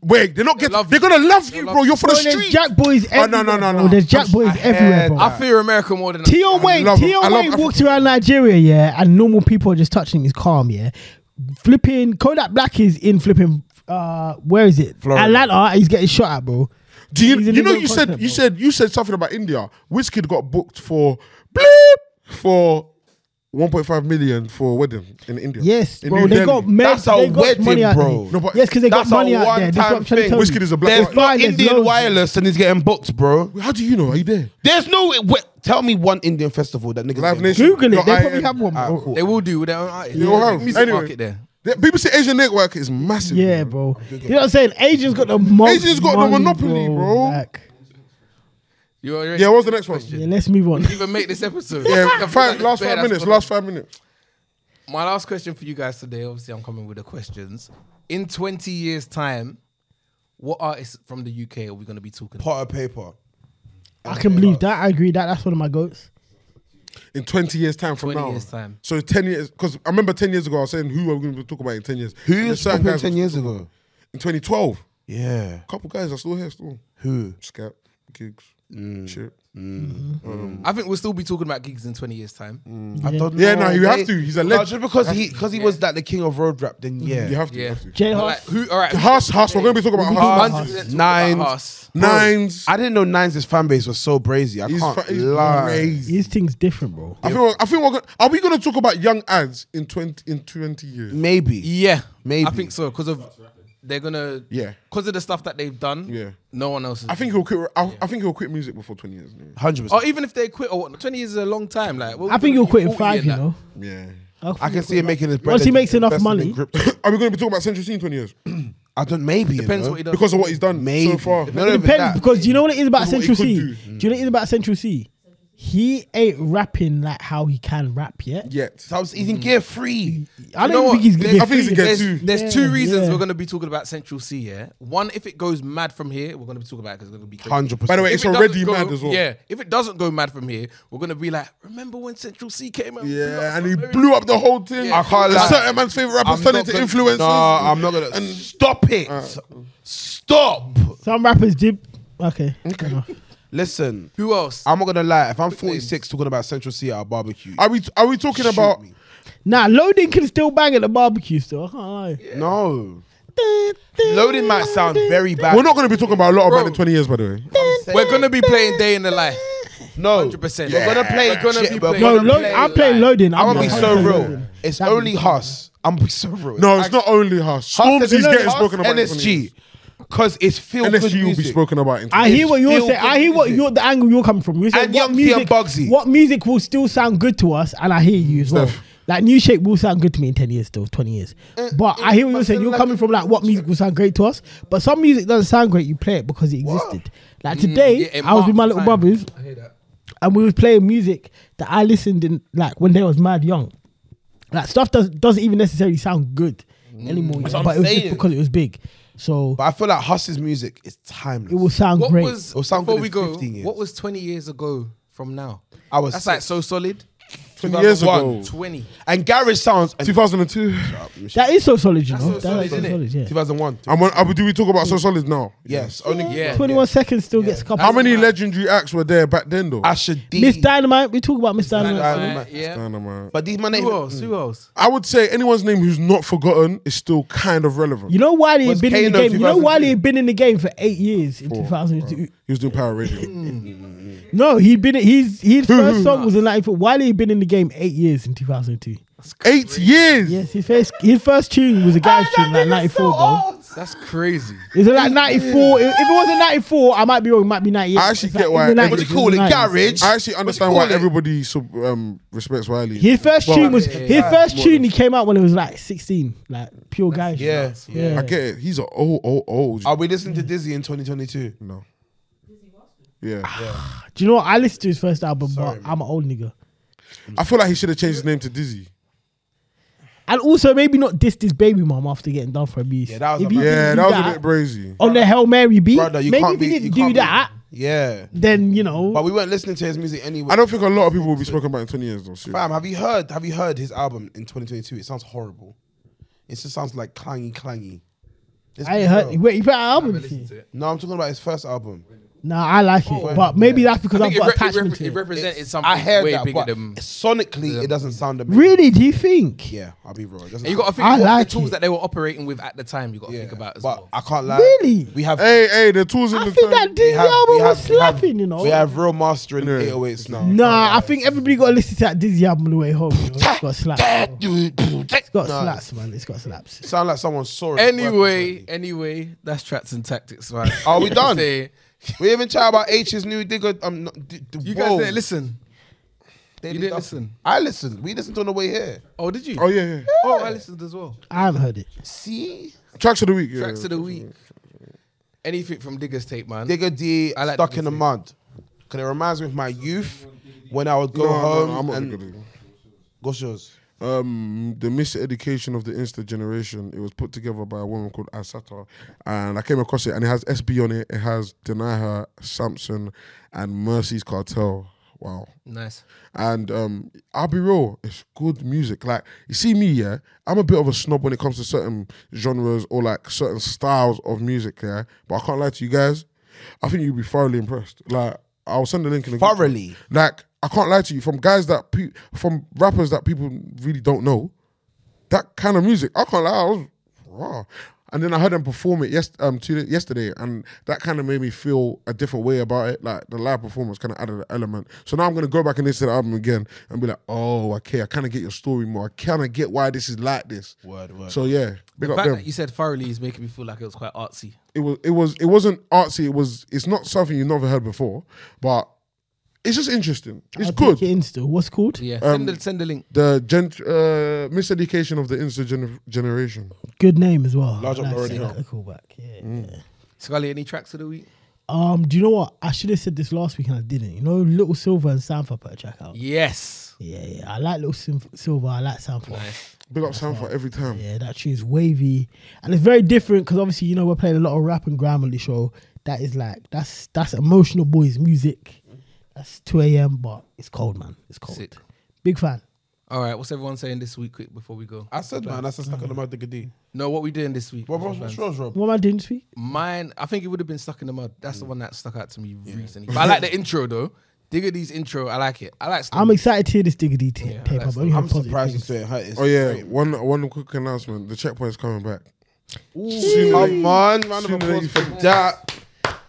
Wait, they're not getting.
love
They're
you.
gonna love you,
love
bro.
you.
You're for the
Bro, there's
street.
Jack boys
Oh,
everywhere.
no, no, no,
bro.
no.
There's Jack boys
I heard
everywhere, bro.
that.
I fear America more than
Tion Wayne,
love- I
Tion
love
Wayne
Africa.
walked around Nigeria, yeah, and normal people are just touching him. He's calm, yeah. Flipping Kodak Black is in flipping. Uh, where is it?
Florida.
Atlanta. He's getting shot at, bro.
Do you,
He's an
you know
Indian
you said
concept,
you
bro.
said you said something about India. Wizkid got booked for bleep for 1.5 million for a wedding in India.
Yes,
in
bro.
New
They
Delhi.
got men.
That's a
they got
wedding,
money out
bro.
there.
No, but
yes, because they got
That's a
money out there. That's
one-time
what I'm trying to
thing.
tell you.
Wizkid is a black.
There's
There's
no
Fine, there's
Indian
loads.
wireless and he's getting booked, bro.
How do you know? Are you there?
There's no. Wait, tell me one Indian festival that niggas.
Live
getting
Nation.
Google it.
No,
they
I-
probably have one, bro.
Alright, cool.
They will do with their own artists.
You
There's a
have.
big music
Anyway.
market there.
Yeah, people say Asian network is massive.
Yeah, bro. You know what I'm saying? Asians got the mo-
Asians got the
money,
monopoly, bro.
Like,
You already-
Yeah, what's the next one?
yeah, let's move on.
even make this episode. *laughs*
Yeah,
Like,
five, last
bare
five
ass
minutes.
product.
Last five minutes.
My last question for you guys today. Obviously, I'm coming with the questions. In 20 years' time, what artists from the UK are we going to be talking? about?
Pot of paper.
I can believe that. I agree that that's one of my goats.
In 20 years' time from
20
now.
years' time.
So 10 years, because I remember 10 years ago, I was saying who are we going to talk about in 10 years? And there's
Who's
certain
popping
guys-
ten years ago?
In 2012.
Yeah.
A couple guys are still here, still.
Who?
Scout, gigs, shit. Hmm.
I think we'll still be talking about gigs in 20 years' time.
I don't know.
Yeah, no, you have
They-
to. He's a
No,
legend.
just because he because he was like the king of road rap. Then yeah.
You have to.
Yeah.
You have to.
J
But like,
Huff.
who? All right.
Haas, Haas, we're going to be talking about Haas.
100% talk about
Nines.
Haas.
Nines.
I didn't know Nines' fan base was so brazy. I
He's,
can't
fa- he's
lie.
crazy.
His thing's different, bro.
I think, we're, I think we're gonna, are we going to talk about young ads in 20, in 20 years?
Maybe.
Yeah,
Maybe.
I think so because of they're gonna
Yeah.
because of the stuff that they've done.
Yeah.
no one else. Is
I think he'll quit. I, I think he'll quit music before 20 years. anyway.
Hundred
or
percent.
even if they quit or what, 20 years is a long time. Like what-
I think you'll quit in
40
five,
and
you
that.
know.
Yeah. *coughs*
I can see him making his bread.
Once he
and
makes enough
investing in
money.
crypto.
Are we going to be talking about Central Scene 20 years?
I don't. Maybe you
Depends
know?
what he does
Because of what he's done
Maybe.
so far.
Not even
Depends
that.
because do you know what it is about
Because what
Central
he
C?
could
Do. you know what it is about Central C? He ain't rapping like how he can rap yet.
Yet.
So I was eating gear free.
I
You
don't
know
even
what?
think he's
There's-
gonna
I think he's
free.
a get
There's,
two.
there's two
Yeah,
reasons
yeah.
we're going to be talking about Central C. Yeah, one if it goes mad from here, we're going to be talking about because it's going to be crazy.
Hundred percent.
By the way,
If
it's
it
already
doesn't go-
mad as well.
Yeah, if it doesn't go mad from here, we're going to be like, remember when Central C came out?
Yeah, and he blew up the whole thing.
Yeah. I
can't
A
lie.
certain man's favorite rappers turned
not
into
gonna-
influencers.
No, I'm not gonna. stop it. stop.
Some rappers did. Okay. fair enough.
Listen,
Who else?
I'm not gonna lie. If I'm 46 talking about Central C at a barbecue,
Are we are we talking
shoot
about
me.
Nah, Loading can still bang at the barbecue still. I can't lie.
no? Loading might sound very bad.
We're not going to be talking about a lot of
Bro.
men in 20 years by the way.
We're going to be playing Day in the Life.
no.
100%.
We're gonna play.
We're gonna
shit,
be
but
playing-
we're
No,
gonna
lo-
load,
play-
I'm playing
like-
Loading.
I'm gonna be
not-
so
I'm
real.
Loading.
It's
That'd be
only
so
Huss. I'm gonna be so real.
No,
I-
it's not only Huss.
Huss
Stormzy's
is-
getting
Huss,
spoken about. in 20 years.
NSG, because it's filled with
NSG will be
music.
spoken about in 20
I
years.
hear what you're
still
saying. I
good
hear what
music.
you're the angle you're coming from. You're saying
And
what
Young T
music,
and Bugsy.
what music will still sound good to us, and I hear you as well.
Steph.
Like new shape will sound good to me in ten years, still twenty years.
Uh,
But I hear what you're saying. You're coming from like what music will sound great to us, but some music doesn't sound great. You play it because it existed. Like
Mm,
today,
yeah, it
I was with my
marked
little
time.
brothers,
I hear that.
and we was playing music that I listened in like when they was mad young. Like stuff does doesn't even necessarily sound good anymore, yeah,
what I'm
but it was just
saying.
because it was big. So
But I feel like Huss's music is timeless.
it will sound
What
great.
was
Or sound
before
good
we
in
go?
15 years.
What was 20 years ago from now?
I was
That's
six.
like so solid.
20 years
2001.
ago.
20.
and garage sounds. And
2002.
that is so solid, you know.
so solid,
so
isn't it?
solid, yeah.
2001.
And when, uh, do we talk about So Solid now?
Yes, only
Yeah.
21 seconds still gets a couple.
How many legendary acts were there back then though?
Asher D.
Miss Dynamite, we talk about Miss Dynamite.
Dynamite.
Yeah.
Dynamite.
But these man ain't.
Who else? Who else?
I would say anyone's name who's not forgotten is still kind of relevant.
You know why they
Was
had been in the
Kano
game? You know why they
2002?
had been in the game for eight years in 2002?
He was doing Power
Mm.
Radio.
No, he'd been. He's his first song was in 94. Why had he been in the game eight years in 2002?
Eight years.
Yes, his first his first tune was a guy's tune like 94, bro.
That's crazy.
Is it like 94? If if it wasn't 94, I might be wrong. It might be 98.
I actually
It's like
get
in
why-
the
what do you
90s,
call
in the
it?
90s.
Garage?
I actually understand
you
why
call it?
everybody sub, um, respects Wiley.
His first
Well,
tune was
yeah,
his
yeah.
first tune. He came out when he was like 16, like pure guy. shit.
Yeah, yeah.
I get it. He's an old, old, old.
Are we listening to Dizzy in 2022?
no. Yeah.
Ah. Do you know what? I listened to his first album,
Sorry,
but
man.
I'm an old nigga.
I feel like he should have changed his name to Dizzy.
And also maybe not diss this baby mum after getting done for abuse.
Yeah, that was a
he
bad-
didn't
Yeah,
do
that was a bit brazy.
on the Hail Mary beat.
brother, you
maybe
can't
if
be,
he didn't
you
do
can't be-
that,
yeah.
then you know.
But we weren't listening to his music anyway.
I don't think a lot of people will be spoken about in 20 years, though. seriously.
Fam, have you heard? Have you heard his album in 2022? It sounds horrible. It just sounds like clangy, clangy. It's-
I ain't heard. Wait, you put out an
I
album?
listened
with
to
you?
it.
No, I'm talking about his first album.
Nah, I like it,
Oh,
but
yeah.
maybe that's because
I
I've
think it,
got
rep- it,
attachment
rep- it
to it.
represented something
I heard
way
that,
bigger
but
than.
sonically, it doesn't sound amazing.
Really? Do you think?
Yeah, I'll be real. It doesn't
And you got
sound-
to think
I
what
like
the tools
it.
that they were operating with at the time. You got to
yeah,
think about as
but
well.
I can't lie.
Really?
We have.
Hey, hey, the tools in
I
the
think
time-
that this
we have-
album
we have-
was
we have-
slapping, you know.
We have real mastering
Yeah.
808s now.
Nah, I think everybody got to listen to that Dizzy album on the way home. You know? It's got slaps. bro. It's got
Nah.
slaps, man. It's got slaps.
Sound like someone saw it.
Anyway, anyway, that's tracks and tactics, *laughs* man.
Are we done?
Say,
we even chat about H's new digger. Um, no, d- d-
you
whoa.
guys didn't listen.
They
you
did
didn't
nothing.
listen?
I listened. We listened on the way here.
Oh, did you?
Oh, yeah, yeah.
Oh, I listened as well.
I haven't heard it.
See,
Tracks of the week. Yeah.
Tracks of the week. Anything from Digger's tape, man.
digger D
I like
stuck
Digger
in the
D.
mud. Cause it reminds me of my youth when I would go
No, no,
home
no, I'm not
and
good at it.
go shows.
um, the miseducation of the Insta generation. It was put together by a woman called Asata, and I came across it, and it has SB on it. It has Deny Her, Samson, and Mercy's Cartel. Wow.
Nice.
And um, I'll be real, it's good music. Like you see me, yeah, I'm a bit of a snob when it comes to certain genres or like certain styles of music, yeah. But I can't lie to you guys, I think you'd be thoroughly impressed. Like I'll send the link in the group chat.
Thoroughly?
Like I can't lie to you, from guys that pe- from rappers that people really don't know, that kind of music. I can't lie, I was raw. And then I heard them perform it yes, um, two, yesterday, and that kind of made me feel a different way about it. Like the live performance kind of added an element. So now I'm gonna go back and listen to the album again and be like, oh, okay, I kind of get your story more. I kind of get why this is like this.
Word, word.
So yeah, big
The
up
fact
them.
that you said thoroughly is making me feel like it was quite artsy.
it was, it was, it wasn't artsy. It was, it's not something you've never heard before, but it's just interesting. It's
I'll
good.
take it in still. What's it called?
Yeah. Send, the, send the link.
The gent, uh, miseducation of the Insta gener- generation.
Good name as well.
Large up
Nice,
already Mm.
yeah,
helped.
cool back. Yeah, yeah.
Scully, any tracks of the week?
Um, do you know what? I should have said this last week and I didn't. You know, Little Silver and Sanford put a track out.
Yes.
Yeah, yeah. I like Little Sim- Silver. I like Sanford.
Big up Sanford every time.
Yeah, that tune's wavy, and it's very different because obviously you know we're playing a lot of rap and grime on the show. That is like that's that's emotional boys music. That's two a.m. but it's cold, man. It's cold.
Sick.
Big fan.
All right. What's everyone saying this week, quick, before we go?
I said, man, I said stuck in the mud, digger D.
No, what we doing this week?
What, what, what's yours, Rob?
What am I doing this week?
Mine, I think it would have been stuck in the mud.
Mm.
That's the one that stuck out to me recently. But I like the intro though. Digger's intro, I like it. I like.
I'm excited to hear this diggity t-
Yeah,
tape.
that's
I've only heard
I'm
positive
surprised you
things.
said hurt. It's
Oh yeah,
great.
one one quick announcement: the checkpoint's coming back.
Come on, round of
Sooner than
applause
you
for that. Thank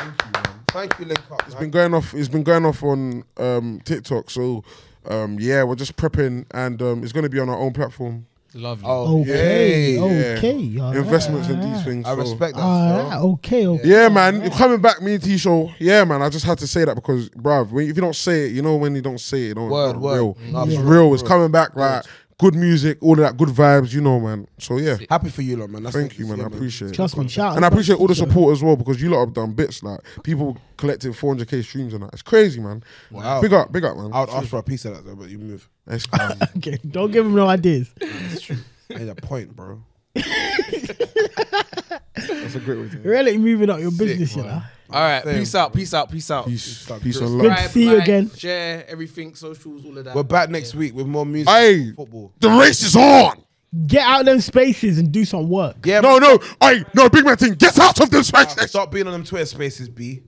you, man. Thank you, Link Up.
It's been going off. It's been going off on um, TikTok. So um, yeah, we're just prepping, and um, it's going to be on our own platform.
Love you.
Oh,
Okay,
yeah.
okay, all
Investments
right.
in these things.
I
so-
respect that.
All right,
so.
okay, okay.
Yeah, man, you're coming back, me and T show. Yeah, man, I just had to say that because, bruv, when, if you don't say it, you know when you don't say it, you don't,
Word,
it's not
word.
real.
Nah,
it's
for
real.
real,
It's
for
coming back, like good music, all of that, good vibes, you know, man. So yeah,
Happy for you, lot, man. That's
thank
what
you,
it's
man. I
here,
appreciate it.
Trust me, shout out
And I
to
appreciate all the
Show.
support as well because you lot have done bits like people collecting 400k streams and that. It's crazy, man.
Wow.
Big up, big up, man.
I would ask for a piece of that, though, but you move.
It's crazy.
*laughs* Okay, don't give him no ideas.
I need a point, bro.
That's a great way to
Really moving up your business, you know.
All right.
Same.
Peace out. Peace out. Peace out.
Peace,
Like
peace
Chris.
and
Good
love.
to see you
like,
again.
Share everything, socials, all of that.
We're back next week with more music.
Hey,
football.
the race is on.
Get out of them spaces and do some work.
Yeah,
No, no, hey, no, big man thing. Get out of this
man,
space.
Stop being on them Twitter spaces, B.